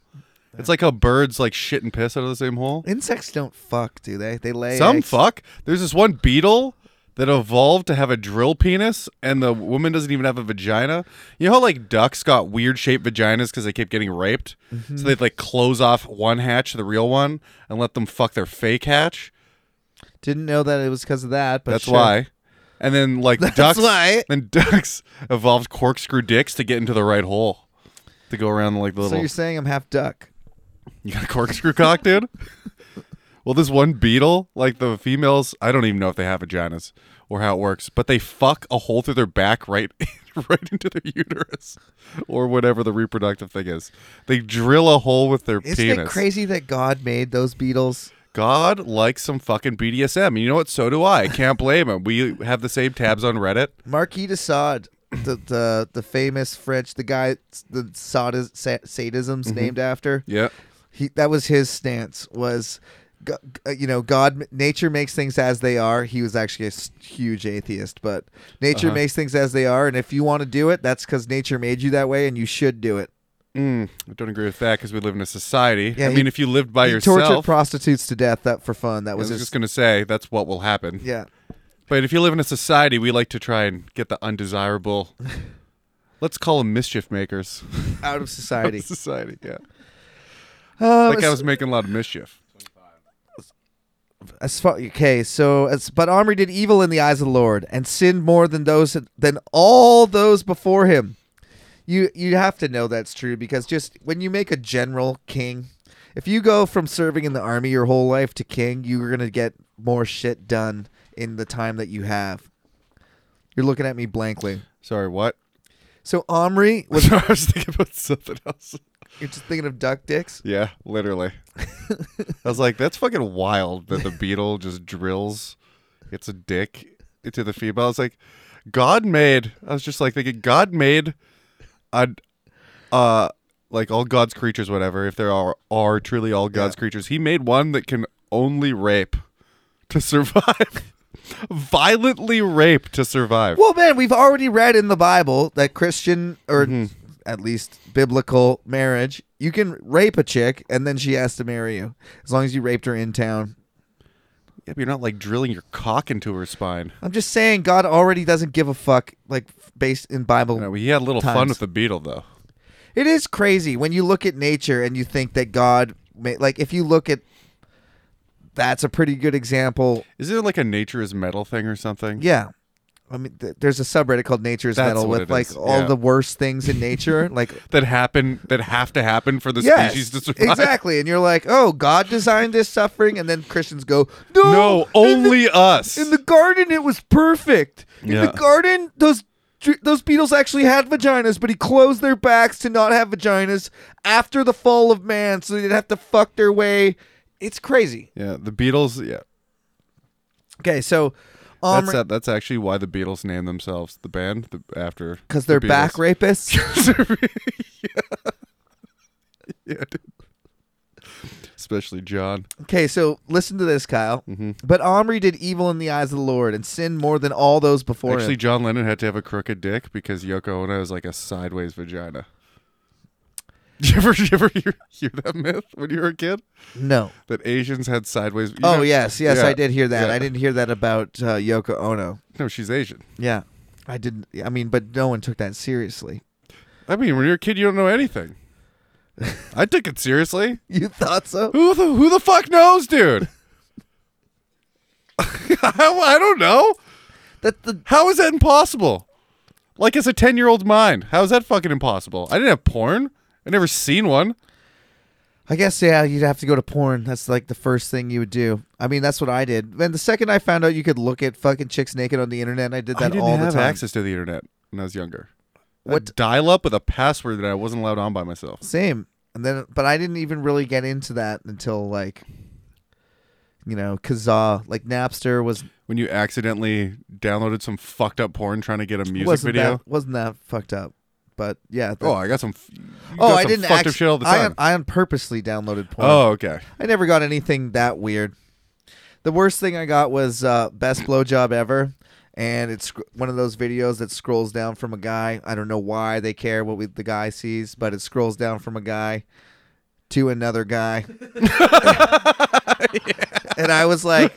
Speaker 2: It's like how birds like shit and piss out of the same hole.
Speaker 1: Insects don't fuck, do they? They lay
Speaker 2: Some
Speaker 1: eggs.
Speaker 2: fuck. There's this one beetle that evolved to have a drill penis, and the woman doesn't even have a vagina. You know how like ducks got weird shaped vaginas because they kept getting raped,
Speaker 1: Mm-hmm.
Speaker 2: so they'd like close off one hatch, the real one, and let them fuck their fake hatch.
Speaker 1: Didn't know that it was because of that, but
Speaker 2: That's
Speaker 1: sure.
Speaker 2: why. And then
Speaker 1: *laughs*
Speaker 2: like
Speaker 1: That's
Speaker 2: ducks,
Speaker 1: why.
Speaker 2: then ducks *laughs* evolved corkscrew dicks to get into the right hole. To go around like the
Speaker 1: So
Speaker 2: little,
Speaker 1: you're saying I'm half duck?
Speaker 2: you got a corkscrew cock, dude. *laughs* Well, this one beetle, like the females, I don't even know if they have vaginas or how it works, but they fuck a hole through their back right *laughs* right into their uterus or whatever the reproductive thing is. They drill a hole with their
Speaker 1: Isn't
Speaker 2: penis.
Speaker 1: it crazy that God made those beetles?
Speaker 2: God likes some fucking BDSM. And You know what? So do I. I can't blame him. We have the same tabs on Reddit.
Speaker 1: Marquis de Sade, the the, the famous French, the guy the Sade, sa- sadism's named after.
Speaker 2: Mm-hmm. Yeah.
Speaker 1: he that was his stance was g- uh, you know god nature makes things as they are he was actually a s- huge atheist but nature
Speaker 2: Uh-huh.
Speaker 1: makes things as they are and if you want to do it that's because nature made you that way and you should do it
Speaker 2: Mm, I don't agree with that because we live in a society.
Speaker 1: Yeah,
Speaker 2: I
Speaker 1: he-
Speaker 2: mean, if you lived by
Speaker 1: he tortured
Speaker 2: yourself,
Speaker 1: prostitutes to death that for fun that
Speaker 2: I
Speaker 1: was his
Speaker 2: was just going to say that's what will happen.
Speaker 1: yeah
Speaker 2: But if you live in a society, we like to try and get the undesirable. Let's call them mischief makers.
Speaker 1: out of
Speaker 2: *laughs*
Speaker 1: society
Speaker 2: society, yeah.
Speaker 1: um,
Speaker 2: That guy was making a lot of mischief.
Speaker 1: as far, okay so as, but omri did evil in the eyes of the lord and sinned more than those than all those before him you you have to know that's true because just when you make a general king if you go from serving in the army your whole life to king you're going to get more shit done in the time that you have you're looking at me blankly
Speaker 2: Sorry, what?
Speaker 1: so omri was
Speaker 2: Sorry, *laughs* I was thinking about something else.
Speaker 1: you're just thinking of duck dicks
Speaker 2: Yeah, literally. I was like, that's fucking wild that the beetle just drills its a dick into the female. I was like, God made. I was just like thinking, God made, a, uh, like all God's creatures, whatever. If there are are truly all God's creatures, He made one that can only rape to survive, *laughs* violently rape to survive.
Speaker 1: Well, man, we've already read in the Bible that Christian, or
Speaker 2: Mm-hmm.
Speaker 1: at least biblical marriage, you can rape a chick and then she has to marry you as long as you raped her in town.
Speaker 2: Yeah, but you're not like drilling your cock into her spine.
Speaker 1: I'm just saying, God already doesn't give a fuck, like f- based in Bible.
Speaker 2: You know, he had a little fun
Speaker 1: Times.
Speaker 2: with the beetle, though.
Speaker 1: It is crazy when you look at nature and you think that God, ma- like, if you look at that's a pretty good example.
Speaker 2: Is it like a nature is metal thing or something?
Speaker 1: Yeah. I mean, th- there's a subreddit called Nature's
Speaker 2: That's
Speaker 1: Metal
Speaker 2: what
Speaker 1: with
Speaker 2: it
Speaker 1: like
Speaker 2: is,
Speaker 1: all
Speaker 2: yeah.
Speaker 1: the worst things in nature, like
Speaker 2: that happen that have to happen for the
Speaker 1: Yes,
Speaker 2: species to survive.
Speaker 1: Exactly. And you're like, oh, God designed this suffering. And then Christians go, no.
Speaker 2: *laughs* No,
Speaker 1: in the-
Speaker 2: only us.
Speaker 1: In the garden, it was perfect. In
Speaker 2: Yeah.
Speaker 1: the garden, those. Those beetles actually had vaginas, but he closed their backs to not have vaginas after the fall of man, so they'd have to fuck their way. It's crazy.
Speaker 2: yeah, the Beatles. Yeah,
Speaker 1: Okay, so um,
Speaker 2: that's uh, that's actually why the Beatles named themselves the band the, after
Speaker 1: because
Speaker 2: the
Speaker 1: they're back
Speaker 2: Beatles.
Speaker 1: rapists.
Speaker 2: *laughs* yeah, dude. especially John.
Speaker 1: Okay, so listen to this, Kyle.
Speaker 2: Mm-hmm.
Speaker 1: But Omri did evil in the eyes of the Lord and sinned more than all those before
Speaker 2: actually,
Speaker 1: him.
Speaker 2: John Lennon had to have a crooked dick because Yoko Ono is like a sideways vagina. *laughs* You ever, you ever hear, hear that myth when you were a kid
Speaker 1: No.
Speaker 2: that Asians had sideways? you
Speaker 1: Oh
Speaker 2: know-
Speaker 1: yes, yes,
Speaker 2: Yeah,
Speaker 1: I did hear that.
Speaker 2: yeah.
Speaker 1: I didn't hear that about uh, Yoko Ono.
Speaker 2: No, she's Asian.
Speaker 1: Yeah, I didn't. I mean, but no one took that seriously. *laughs*
Speaker 2: I mean, when you're a kid, you don't know anything. I took it seriously.
Speaker 1: You thought
Speaker 2: *laughs*
Speaker 1: so?
Speaker 2: Who the who the fuck knows, dude? *laughs* I, I don't know.
Speaker 1: That the
Speaker 2: How is that impossible? Like as a ten year old mind, how is that fucking impossible? I didn't have porn. I never seen one.
Speaker 1: I guess yeah, you'd have to go to porn. That's like the first thing you would do. I mean, that's what I did. Then the second I found out you could look at fucking chicks naked on the internet, I did that
Speaker 2: I didn't
Speaker 1: all
Speaker 2: have
Speaker 1: the time.
Speaker 2: access to the internet when I was younger.
Speaker 1: What-
Speaker 2: dial up with a password that I wasn't allowed on by myself.
Speaker 1: Same. And then, but I didn't even really get into that until like, you know, Kazaa. Like Napster was
Speaker 2: When you accidentally downloaded some fucked up porn trying to get a music
Speaker 1: wasn't
Speaker 2: video.
Speaker 1: that wasn't that fucked up, but yeah. the-
Speaker 2: Oh, I got some. f- you
Speaker 1: Oh,
Speaker 2: got
Speaker 1: I
Speaker 2: some
Speaker 1: didn't
Speaker 2: fucked up
Speaker 1: act-
Speaker 2: shit all the
Speaker 1: I-
Speaker 2: time.
Speaker 1: I, on purposely downloaded porn.
Speaker 2: oh, okay.
Speaker 1: I never got anything that weird. The worst thing I got was uh, best blowjob ever, and it's sc- one of those videos that scrolls down from a guy. I don't know why they care what we, the guy sees, but it scrolls down from a guy to another guy, *laughs* and I was like,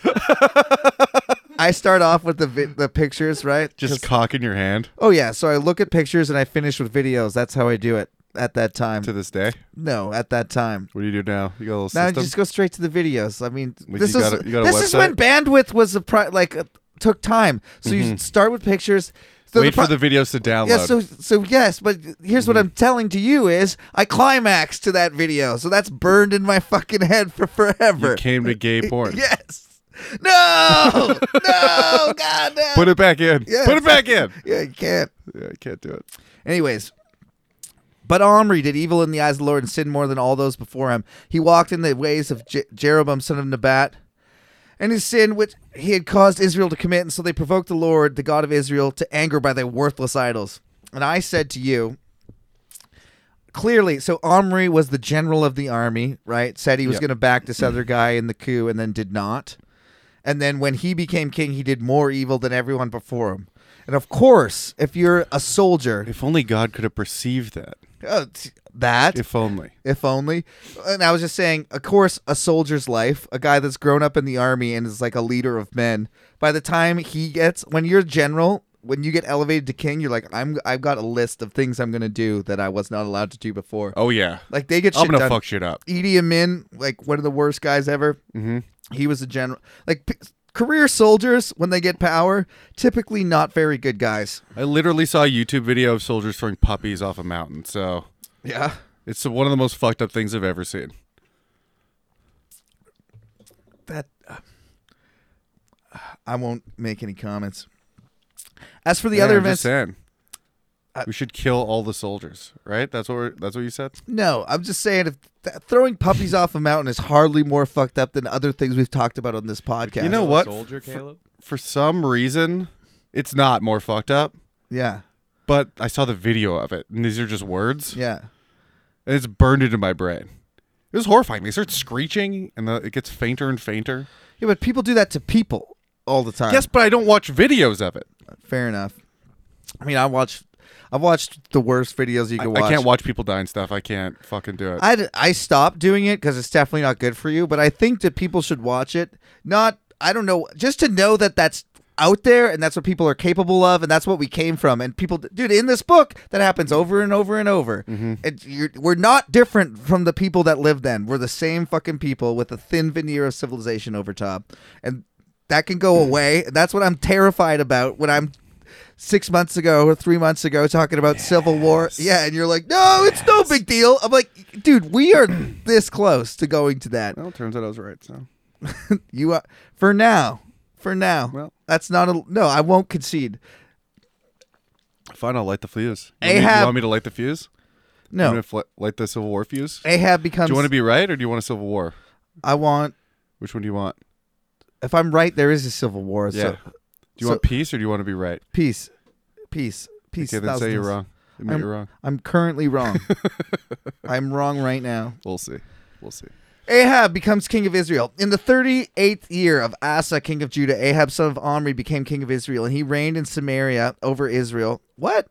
Speaker 1: I start off with the vi- the pictures, right?
Speaker 2: Just
Speaker 1: 'Cause-
Speaker 2: cock in your hand
Speaker 1: oh yeah. So I look at pictures and I finish with videos. That's how I do it at that time.
Speaker 2: to this day.
Speaker 1: no, at that time.
Speaker 2: What do you do now? You got a little
Speaker 1: Now
Speaker 2: system.
Speaker 1: just go straight to the videos. I mean,
Speaker 2: Like,
Speaker 1: this
Speaker 2: you
Speaker 1: is
Speaker 2: got a- you got a
Speaker 1: this is when bandwidth was a pri- like uh, took time. So you start with pictures, So
Speaker 2: Mm-hmm. Wait
Speaker 1: pro-
Speaker 2: for the videos to download. Mm-hmm.
Speaker 1: Yeah, so so yes, but here's what I'm telling to you is I climaxed to that video, so that's burned in my fucking head for
Speaker 2: you
Speaker 1: forever.
Speaker 2: came to gay porn.
Speaker 1: Yes.
Speaker 2: *laughs*
Speaker 1: No. no. God no.
Speaker 2: Put it back in.
Speaker 1: Yes.
Speaker 2: Put it back in.
Speaker 1: yeah, you can't.
Speaker 2: Yeah, I can't do it.
Speaker 1: Anyways, but Omri did evil in the eyes of the Lord and sinned more than all those before him. He walked in the ways of Je- Jeroboam son of Nebat, and his sin which he had caused Israel to commit, and so they provoked the Lord, the God of Israel, to anger by their worthless idols. And I said to you, clearly, so Omri was the general of the army, right? Said he was
Speaker 2: Yep.
Speaker 1: going to back this other guy in the coup, and then did not. And then when he became king, he did more evil than everyone before him. And of course, if you're a soldier,
Speaker 2: If only God could have perceived that.
Speaker 1: Oh, t- that if,
Speaker 2: If only.
Speaker 1: only. And I was just saying, of course, a soldier's life, a guy that's grown up in the army and is like a leader of men. By the time he gets, when you're general, when you get elevated to king, you're like, I'm, I've got a list of things I'm gonna do that I was not allowed to do before.
Speaker 2: Oh yeah.
Speaker 1: Like they get shit
Speaker 2: I'm gonna
Speaker 1: done. E
Speaker 2: fuck shit up.
Speaker 1: Idi Amin, like one of the worst guys ever. Mm-hmm. He was a general. Like p- career soldiers, when they get power, typically not very good guys.
Speaker 2: I literally saw a YouTube video of soldiers throwing puppies off a mountain. So
Speaker 1: Yeah.
Speaker 2: it's one of the most fucked up things I've ever seen.
Speaker 1: that uh, I won't make any comments. As for the
Speaker 2: Yeah,
Speaker 1: other
Speaker 2: I'm just
Speaker 1: events, Uh,
Speaker 2: saying. we should kill all the soldiers, right? That's what we're, that's what you said.
Speaker 1: no, I'm just saying if th- throwing puppies off a mountain is hardly more fucked up than other things we've talked about on this podcast.
Speaker 2: You know what?
Speaker 4: Soldier Caleb.
Speaker 2: For some reason, it's not more fucked up.
Speaker 1: yeah,
Speaker 2: But I saw the video of it, and these are just words,
Speaker 1: yeah,
Speaker 2: and it's burned into my brain. It was horrifying. They start screeching, and the, it gets fainter and fainter.
Speaker 1: yeah. But people do that to people all the time.
Speaker 2: Yes, but I don't watch videos of it.
Speaker 1: fair enough. I mean, I watch, I've watched the worst videos you can
Speaker 2: I, I
Speaker 1: watch.
Speaker 2: can't watch people die and stuff. I can't fucking do it.
Speaker 1: I, d- I stopped doing it because it's definitely not good for you. But I think that people should watch it. Not I don't know, just to know that that's out there and that's what people are capable of and that's what we came from. And people, dude, in this book that happens over and over and over. And you're, we're not different from the people that lived then. We're the same fucking people with a thin veneer of civilization over top, and that can go away. That's what I'm terrified about when I'm. Six months ago or three months ago, talking about civil war, yeah, and you're like, "No, it's no big deal." I'm like, "Dude, we are this close to going to that."
Speaker 2: well, it turns out I was right. So
Speaker 1: You are for now. For now.
Speaker 2: Well-
Speaker 1: that's not a no. I won't concede.
Speaker 2: fine, I'll light the fuse. You want me-
Speaker 1: Ahab-
Speaker 2: you want me to light the fuse? You
Speaker 1: No,
Speaker 2: want me to fl- light the Civil War fuse?
Speaker 1: Ahab becomes.
Speaker 2: do you want to be right or do you want a Civil War?
Speaker 1: I want.
Speaker 2: Which one do you want?
Speaker 1: If I'm right, there is a civil war. So
Speaker 2: do you
Speaker 1: so-
Speaker 2: want peace or do you want to be right?
Speaker 1: peace, peace, peace.
Speaker 2: Okay, then say you're
Speaker 1: thousands.
Speaker 2: wrong. Admit
Speaker 1: I'm-
Speaker 2: you're wrong.
Speaker 1: I'm currently
Speaker 2: *laughs*
Speaker 1: wrong. I'm wrong right now.
Speaker 2: We'll see. We'll see.
Speaker 1: Ahab becomes king of Israel. In the 38th year of Asa, king of Judah, Ahab, son of Omri, became king of Israel, and he reigned in Samaria over Israel. What?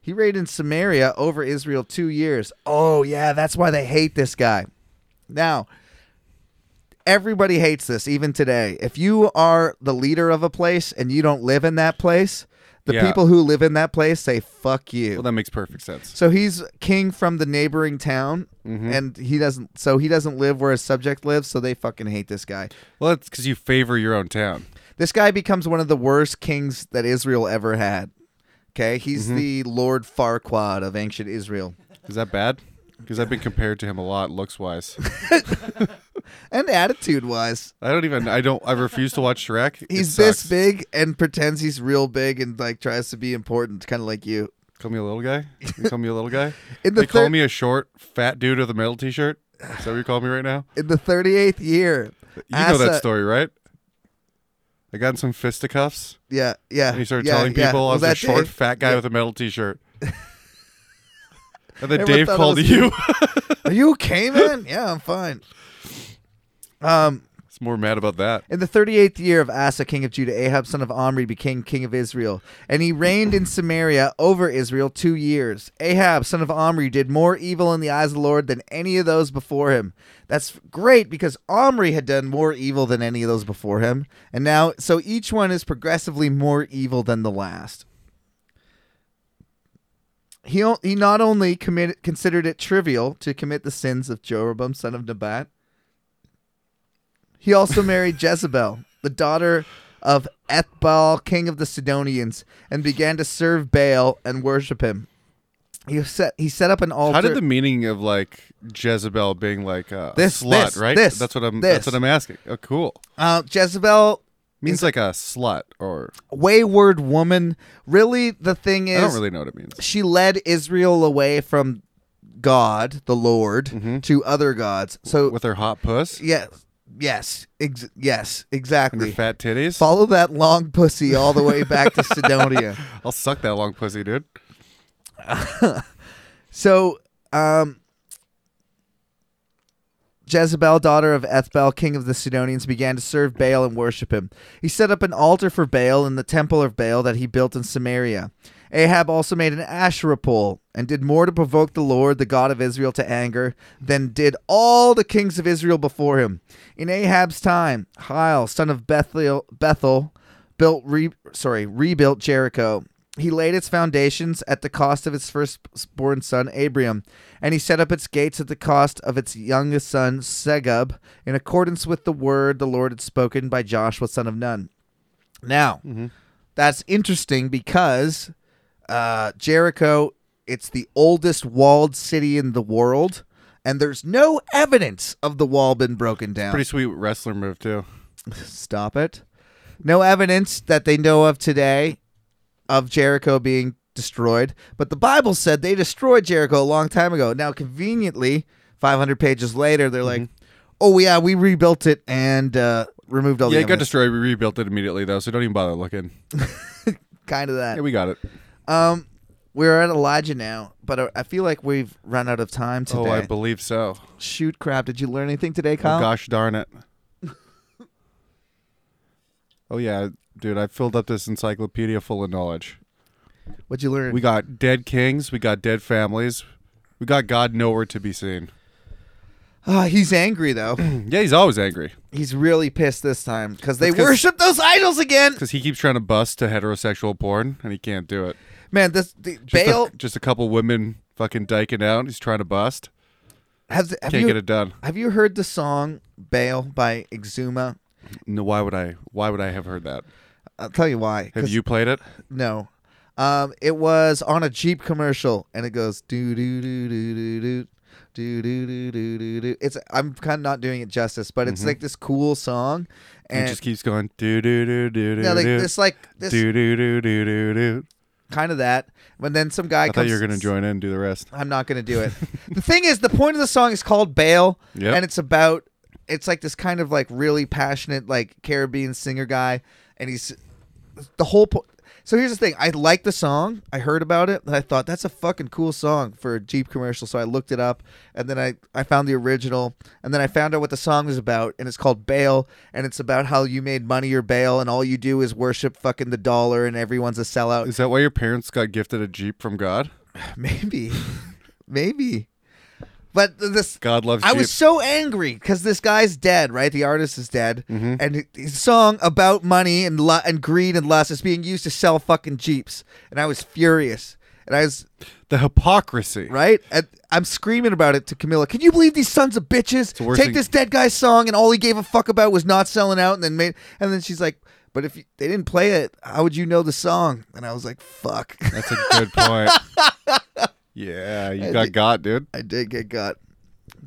Speaker 1: He reigned in Samaria over Israel two years. Oh, yeah, that's why they hate this guy. Now, everybody hates this, even today. If you are the leader of a place and you don't live in that place, the
Speaker 2: Yeah.
Speaker 1: people who live in that place say, fuck you.
Speaker 2: Well, that makes perfect sense.
Speaker 1: So he's king from the neighboring town,
Speaker 2: Mm-hmm.
Speaker 1: and he doesn't. So he doesn't live where his subject lives. So they fucking hate this guy.
Speaker 2: Well, that's because you favor your own town.
Speaker 1: This guy becomes one of the worst kings that Israel ever had. Okay, he's
Speaker 2: Mm-hmm.
Speaker 1: the Lord Farquaad of ancient Israel,
Speaker 2: Is that bad? Because I've been compared to him a lot, looks wise.
Speaker 1: and attitude-wise,
Speaker 2: I don't even. I don't. I refuse to watch Shrek. It
Speaker 1: he's this
Speaker 2: sucks.
Speaker 1: big and pretends he's real big and like tries to be important, kind of like you.
Speaker 2: Call me a little guy. You call me a little guy.
Speaker 1: *laughs* In the
Speaker 2: they call
Speaker 1: thir-
Speaker 2: me a short, fat dude with a metal T-shirt. Is that what you call me right now?
Speaker 1: In the thirty-eighth year,
Speaker 2: You know that
Speaker 1: Asa-
Speaker 2: story, right? I got in some fisticuffs.
Speaker 1: Yeah, yeah.
Speaker 2: And he started
Speaker 1: yeah,
Speaker 2: telling people
Speaker 1: yeah.
Speaker 2: I was
Speaker 1: that
Speaker 2: a short,
Speaker 1: day?
Speaker 2: fat guy with a
Speaker 1: *laughs*
Speaker 2: metal T-shirt. and then
Speaker 1: Everyone
Speaker 2: Dave
Speaker 1: thought I
Speaker 2: called
Speaker 1: was
Speaker 2: *laughs* you.
Speaker 1: Are you okay, man? yeah, I'm fine. Um.
Speaker 2: It's more mad about that.
Speaker 1: In the 38th year of Asa, king of Judah, Ahab, son of Omri, became king of Israel, and he reigned in Samaria over Israel two years. Ahab, son of Omri, did more evil in the eyes of the Lord than any of those before him. That's great because Omri had done more evil than any of those before him. And now, so each one is progressively more evil than the last. He, o- he not only committed, considered it trivial to commit the sins of Jeroboam,
Speaker 2: *laughs*
Speaker 1: son of Nebat, he also married Jezebel, the daughter of Ethbal, king of the Sidonians, and began to serve Baal and worship him. He set he set up an altar.
Speaker 2: How did the meaning of like Jezebel being like a
Speaker 1: This,
Speaker 2: slut,
Speaker 1: this,
Speaker 2: right?
Speaker 1: this,
Speaker 2: that's what I'm.
Speaker 1: this.
Speaker 2: That's what I'm asking. Oh, cool.
Speaker 1: uh, Jezebel
Speaker 2: Means like a slut, or
Speaker 1: wayward woman? Really, the thing is,
Speaker 2: I don't really know what it means.
Speaker 1: she led Israel away from God, the Lord,
Speaker 2: Mm-hmm.
Speaker 1: to other gods. So
Speaker 2: With her hot puss
Speaker 1: yes, yes, ex- yes,
Speaker 2: and her
Speaker 1: exactly.
Speaker 2: fat titties.
Speaker 1: Follow that long pussy all the way back to Sidonia.
Speaker 2: I'll suck that long pussy, dude.
Speaker 1: So, um, Jezebel, daughter of Ethbel, king of the Sidonians, began to serve Baal and worship him. He set up an altar for Baal in the temple of Baal that he built in Samaria. Ahab also made an Asherah pole and did more to provoke the Lord, the God of Israel, to anger than did all the kings of Israel before him. In Ahab's time, Hiel, son of Bethel, Bethel built re- sorry rebuilt Jericho. He laid its foundations at the cost of his firstborn son Abram, and he set up its gates at the cost of its youngest son Segub, in accordance with the word the Lord had spoken by Joshua son of Nun. Now, that's interesting because uh, Jericho, it's the oldest walled city in the world, and there's no evidence of the wall been broken down.
Speaker 2: Pretty sweet wrestler move too.
Speaker 1: Stop it. No evidence that they know of today of Jericho being destroyed, but the Bible said they destroyed Jericho a long time ago. Now, conveniently, 500 pages later, they're like, oh, yeah, we rebuilt it and uh, removed all
Speaker 2: Mm-hmm. Yeah,
Speaker 1: the
Speaker 2: it got
Speaker 1: evidence.
Speaker 2: destroyed. We rebuilt it immediately though, so don't even bother looking.
Speaker 1: kind of that.
Speaker 2: Yeah, we *laughs* got it.
Speaker 1: um, we're at Elijah now, but uh, I- I feel like we've run out of time today.
Speaker 2: Oh, I believe so.
Speaker 1: Shoot crap. Did you learn anything today,
Speaker 2: Oh,
Speaker 1: Kyle?
Speaker 2: gosh darn it. *laughs* oh yeah, dude, I filled up this encyclopedia full of knowledge.
Speaker 1: What'd you learn?
Speaker 2: We got dead kings. We got dead families. We got God nowhere to be seen.
Speaker 1: Ah, he's angry,
Speaker 2: *clears throat*
Speaker 1: though.
Speaker 2: Yeah, he's always angry
Speaker 1: he's really pissed this time because they
Speaker 2: That's 'cause-
Speaker 1: worship those idols again.
Speaker 2: because he keeps trying to bust to heterosexual porn and he can't do it.
Speaker 1: Man, this the,
Speaker 2: Just a-
Speaker 1: Bale
Speaker 2: just a couple women fucking dyking out. He's trying to bust.
Speaker 1: have, have
Speaker 2: Can't
Speaker 1: you
Speaker 2: get it done.
Speaker 1: have you heard the song Bale by Exuma?
Speaker 2: No, why would I? Why would I have heard that?
Speaker 1: I'll tell you why.
Speaker 2: Have
Speaker 1: 'cause-
Speaker 2: you played it?
Speaker 1: No. Um, it was on a Jeep commercial, and it goes do do do do do do do do do do do do. It's I'm kind of not doing it justice, but it's like this cool song,
Speaker 2: And
Speaker 1: and
Speaker 2: it Mm-hmm. just keeps going. Do do do do do.
Speaker 1: yeah, like
Speaker 2: do.
Speaker 1: this like this
Speaker 2: do do do do do do.
Speaker 1: kind of that. But then some guy
Speaker 2: I thought
Speaker 1: comes.
Speaker 2: you were gonna join in and do the rest.
Speaker 1: I'm not gonna do it. *laughs* the thing is, the point of the song is called Bail,
Speaker 2: Yep.
Speaker 1: and it's about it's like this kind of like really passionate like Caribbean singer guy, and he's the whole point. So here's the thing: I like the song. I heard about it, and I thought that's a fucking cool song for a Jeep commercial. So I looked it up, and then I I found the original, and then I found out what the song was about, and it's called Bail, and it's about how you made money or bail, and all you do is worship fucking the dollar, and everyone's a sellout.
Speaker 2: Is that why your parents got gifted a jeep from God?
Speaker 1: *laughs* Maybe, maybe. But th- this,
Speaker 2: God loves.
Speaker 1: I was
Speaker 2: Jeeps.
Speaker 1: so angry because this guy's dead, right? The artist is dead,
Speaker 2: Mm-hmm.
Speaker 1: and h- his song about money and lu- and greed and lust is being used to sell fucking jeeps, and I was furious. And I was
Speaker 2: the hypocrisy.
Speaker 1: right. And I'm screaming about it to Camilla. Can you believe these sons of bitches
Speaker 2: the worst
Speaker 1: take
Speaker 2: thing-
Speaker 1: this dead guy's song and all he gave a fuck about was not selling out, and then made. And then she's like, "But if you, they didn't play it, how would you know the song?" And I was like, "Fuck." *laughs*
Speaker 2: That's a good point. yeah, you got got, dude.
Speaker 1: I did get got,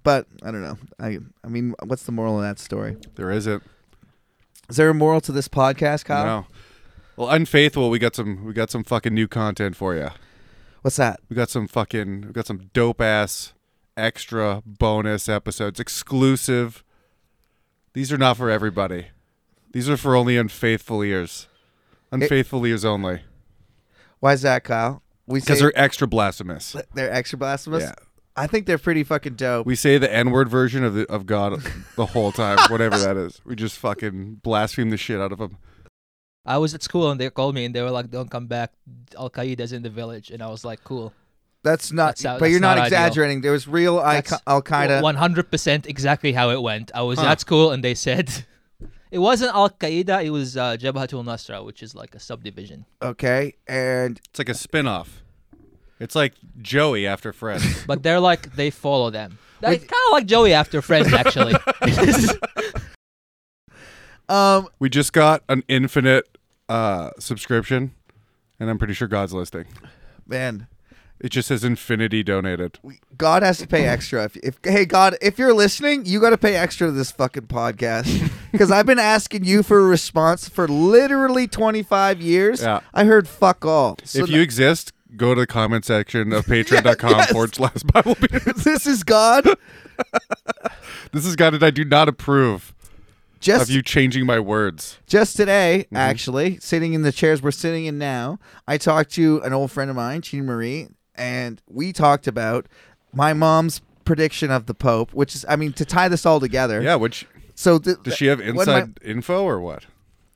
Speaker 1: but I don't know. I I mean, what's the moral of that story?
Speaker 2: There isn't.
Speaker 1: Is there a moral to this podcast, Kyle?
Speaker 2: No. Well, unfaithful. We got some. We got some fucking new content for you.
Speaker 1: What's that?
Speaker 2: We got some fucking. We got some dope ass extra bonus episodes, exclusive. These are not for everybody. These are for only unfaithful ears. Unfaithful ears only.
Speaker 1: Why is that, Kyle? We
Speaker 2: Because
Speaker 1: say
Speaker 2: they're extra blasphemous.
Speaker 1: they're extra blasphemous.
Speaker 2: Yeah.
Speaker 1: I think they're pretty fucking dope.
Speaker 2: We *laughs* say the N word version of the, of God the whole time, whatever that is. We just fucking blaspheme the shit out of him.
Speaker 5: I was at school and they called me and they were like, "Don't come back. Al Qaeda's in the village." And I was like, "Cool."
Speaker 1: *laughs* that's not,
Speaker 5: That's how-
Speaker 1: but you're
Speaker 5: that's
Speaker 1: not,
Speaker 5: not ideal.
Speaker 1: exaggerating. There was real Al
Speaker 5: That's
Speaker 1: Qaeda.
Speaker 5: One hundred percent, exactly how it went. I was
Speaker 2: Huh.
Speaker 5: at school and they said, *laughs* "It wasn't Al Qaeda. It was uh, Jabhatul Nusra, which is like a subdivision."
Speaker 1: Okay, and
Speaker 2: It's like a spin off. It's like Joey after Friends.
Speaker 5: But they're like they follow *laughs* them. Like, kind of like Joey after Friends, actually.
Speaker 1: Um,
Speaker 2: We just got an infinite uh, subscription, and I'm pretty sure God's listening.
Speaker 1: man,
Speaker 2: It just says infinity donated.
Speaker 1: God has to pay extra. If, if hey God, if you're listening, you got to pay extra to this fucking
Speaker 2: *laughs*
Speaker 1: podcast because I've been asking you for a response for literally 25 years.
Speaker 2: Yeah.
Speaker 1: I heard fuck all. So
Speaker 2: if you exist, go to the comment
Speaker 1: *laughs*
Speaker 2: section of patreon.com
Speaker 1: yes.
Speaker 2: forward slash Bible
Speaker 1: *laughs*
Speaker 2: Beaters.
Speaker 1: this is God.
Speaker 2: *laughs* This is God, and I do not approve
Speaker 1: Just
Speaker 2: of you Mm-hmm. changing my words.
Speaker 1: Just today, actually, sitting in the chairs we're sitting in now, I talked to an old friend of mine, Jean Marie, and we talked about my mom's prediction of the Pope, which is, I mean, to tie this all together.
Speaker 2: Yeah, which
Speaker 1: So th-
Speaker 2: does she have
Speaker 1: when my-
Speaker 2: inside info or what?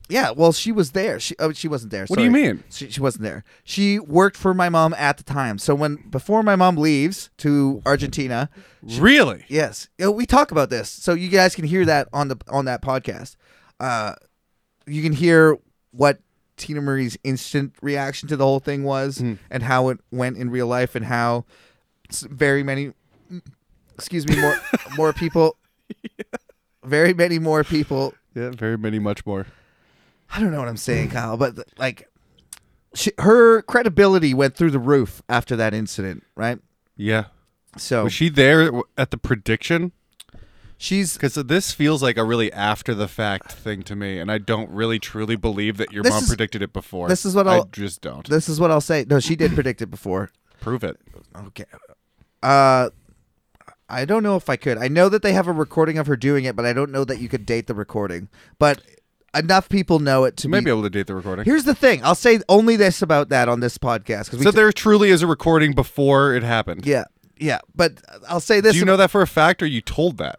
Speaker 1: yeah. Well, she was there. She oh, she wasn't there.
Speaker 2: What do you
Speaker 1: sorry.
Speaker 2: mean?
Speaker 1: She, she wasn't there. She worked for my mom at the time. So when before my mom leaves to Argentina,
Speaker 2: really?
Speaker 1: Yes, You know, we talk about this, so you guys can hear that on the on that podcast. Uh, you can hear what Tina Marie's instant reaction to the whole thing was,
Speaker 2: Hmm.
Speaker 1: and how it went in real life, and how s- very many, excuse me, more more
Speaker 2: *laughs*
Speaker 1: people, very many more people.
Speaker 2: Yeah, very many, much more.
Speaker 1: I don't know what I'm saying, Kyle, but like, she, her credibility went through the roof after that incident, right?
Speaker 2: Yeah.
Speaker 1: So
Speaker 2: Was she there w- at the prediction?
Speaker 1: she's
Speaker 2: Because this feels like a really after the fact thing to me, and I don't really truly believe that your
Speaker 1: This
Speaker 2: mom
Speaker 1: is-
Speaker 2: predicted it before.
Speaker 1: this is what
Speaker 2: I
Speaker 1: I'll-
Speaker 2: just don't
Speaker 1: this is what I'll say. No, she did predict it before.
Speaker 2: prove it.
Speaker 1: Okay. Uh, I don't know if I could. I know that they have a recording of her doing it, but I don't know that you could date the recording. But enough people know it to
Speaker 2: You may be
Speaker 1: be.
Speaker 2: able to date the recording.
Speaker 1: Here's the thing. I'll say only this about that on this podcast. 'cause we
Speaker 2: so
Speaker 1: t-
Speaker 2: there truly is a recording before it happened.
Speaker 1: yeah, yeah. But I'll say this.
Speaker 2: Do you know that for a fact, or you told that?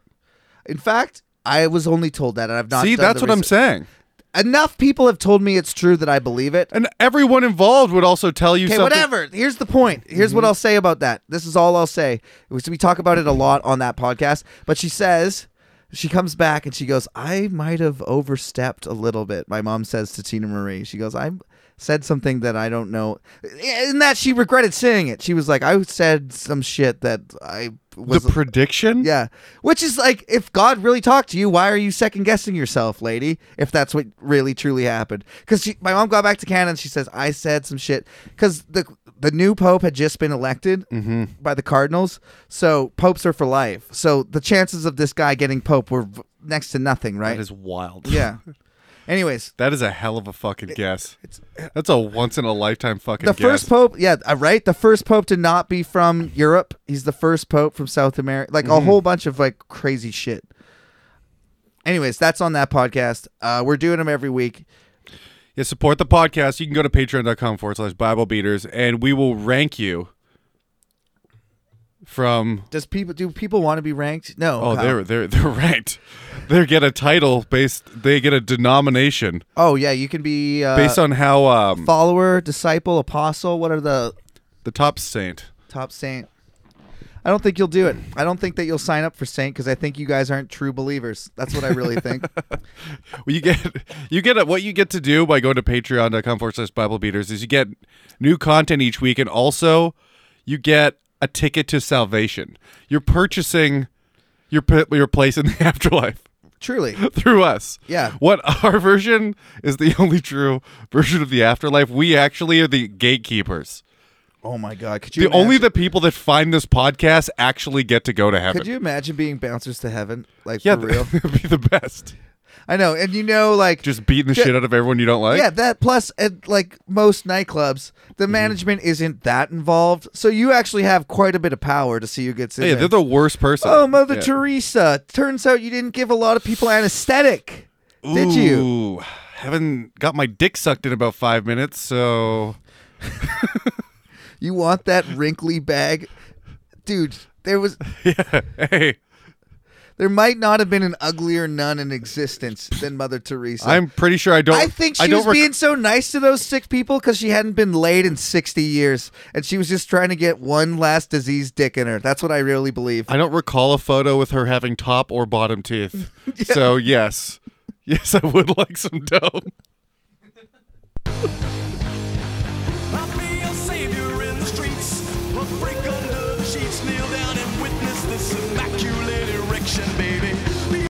Speaker 1: In fact, I was only told that, and I've not.
Speaker 2: See,
Speaker 1: done
Speaker 2: that's
Speaker 1: the
Speaker 2: what I'm
Speaker 1: research.
Speaker 2: saying.
Speaker 1: Enough people have told me it's true that I believe it.
Speaker 2: And everyone involved would also tell you
Speaker 1: Okay,
Speaker 2: something. Mm-hmm.
Speaker 1: whatever. Here's the point. Here's what I'll say about that. This is all I'll say. It was- we talk about it a lot on that podcast, but she says she comes back and she goes, "I might have overstepped a little bit." My mom says to Tina Marie, she goes, "I said something that I don't know." In that she regretted saying it. She was like, "I said some shit that I
Speaker 2: The
Speaker 1: was."
Speaker 2: prediction?
Speaker 1: yeah, which is like, if God really talked to you, why are you second guessing yourself, lady? If that's what really truly happened, because my mom got back to Canada and she says I said some shit because the the new pope had just been elected
Speaker 2: Mm-hmm.
Speaker 1: by the cardinals, so popes are for life. So the chances of this guy getting pope were v- next to nothing, right?
Speaker 2: That is wild.
Speaker 1: yeah. Anyways,
Speaker 2: *laughs* That is a hell of a fucking guess.
Speaker 1: it's- uh,
Speaker 2: That's a once in a lifetime fucking
Speaker 1: the
Speaker 2: guess.
Speaker 1: first pope yeah uh, right the first pope to not be from europe he's the first pope from south america like
Speaker 2: Mm-hmm.
Speaker 1: a whole bunch of like crazy shit anyways that's on that podcast uh we're doing them every week
Speaker 2: Yeah, support the podcast. You can go to patreon.com forward slash Bible beaters and we will rank you from
Speaker 1: does people do people want to be ranked no
Speaker 2: Oh,
Speaker 1: Kyle.
Speaker 2: they're they're they're *laughs* ranked. They get a title based they get a denomination
Speaker 1: oh yeah you can be uh,
Speaker 2: based on how um
Speaker 1: follower disciple apostle what are the
Speaker 2: the top saint.
Speaker 1: top saint i don't think you'll do it i don't think that you'll sign up for saint because i think you guys aren't true believers that's what i really think
Speaker 2: *laughs* Well, you get *laughs* you get a, what you get to do by going to patreon.com forward slash Bible beaters is you get new content each week and also you get a ticket to salvation. You're purchasing your p- your place in the *laughs* afterlife.
Speaker 1: truly
Speaker 2: *laughs* through us.
Speaker 1: Yeah.
Speaker 2: What *laughs* our version is the only true version of the afterlife. We actually are the gatekeepers.
Speaker 1: oh my god could you
Speaker 2: The only *laughs*
Speaker 1: imagine-
Speaker 2: the people that find this podcast actually get to go to heaven.
Speaker 1: could you imagine being bouncers to heaven like
Speaker 2: yeah,
Speaker 1: for real
Speaker 2: that'd *laughs* be the best.
Speaker 1: I know, and you know, like
Speaker 2: Just beating the
Speaker 1: Yeah.
Speaker 2: shit out of everyone you don't like. Mm-hmm.
Speaker 1: yeah, that plus at like most nightclubs, the management isn't that involved, so you actually have quite a bit of power to see who gets in.
Speaker 2: Hey,
Speaker 1: there.
Speaker 2: Oh, they're the worst person.
Speaker 1: oh, Mother
Speaker 2: Yeah.
Speaker 1: Teresa! Turns out you didn't give a lot of people anesthetic, did you?
Speaker 2: Ooh, Haven't got my dick sucked in about five minutes, so *laughs*
Speaker 1: You want that wrinkly bag, dude? There was,
Speaker 2: yeah. Hey,
Speaker 1: there might not have been an uglier nun in existence than Mother Teresa.
Speaker 2: I'm pretty sure I don't.
Speaker 1: I think she
Speaker 2: I don't
Speaker 1: was
Speaker 2: rec-
Speaker 1: being so nice to those sick people because she hadn't been laid in 60 years and she was just trying to get one last disease dick in her. That's what I really believe.
Speaker 2: I don't recall a photo with her having top or
Speaker 1: *laughs*
Speaker 2: bottom teeth. So yes, yes, I would like some dough.
Speaker 6: I'll be a savior in the streets. I'll break under the sheets, kneel down and witness this immaculate erection, baby. Be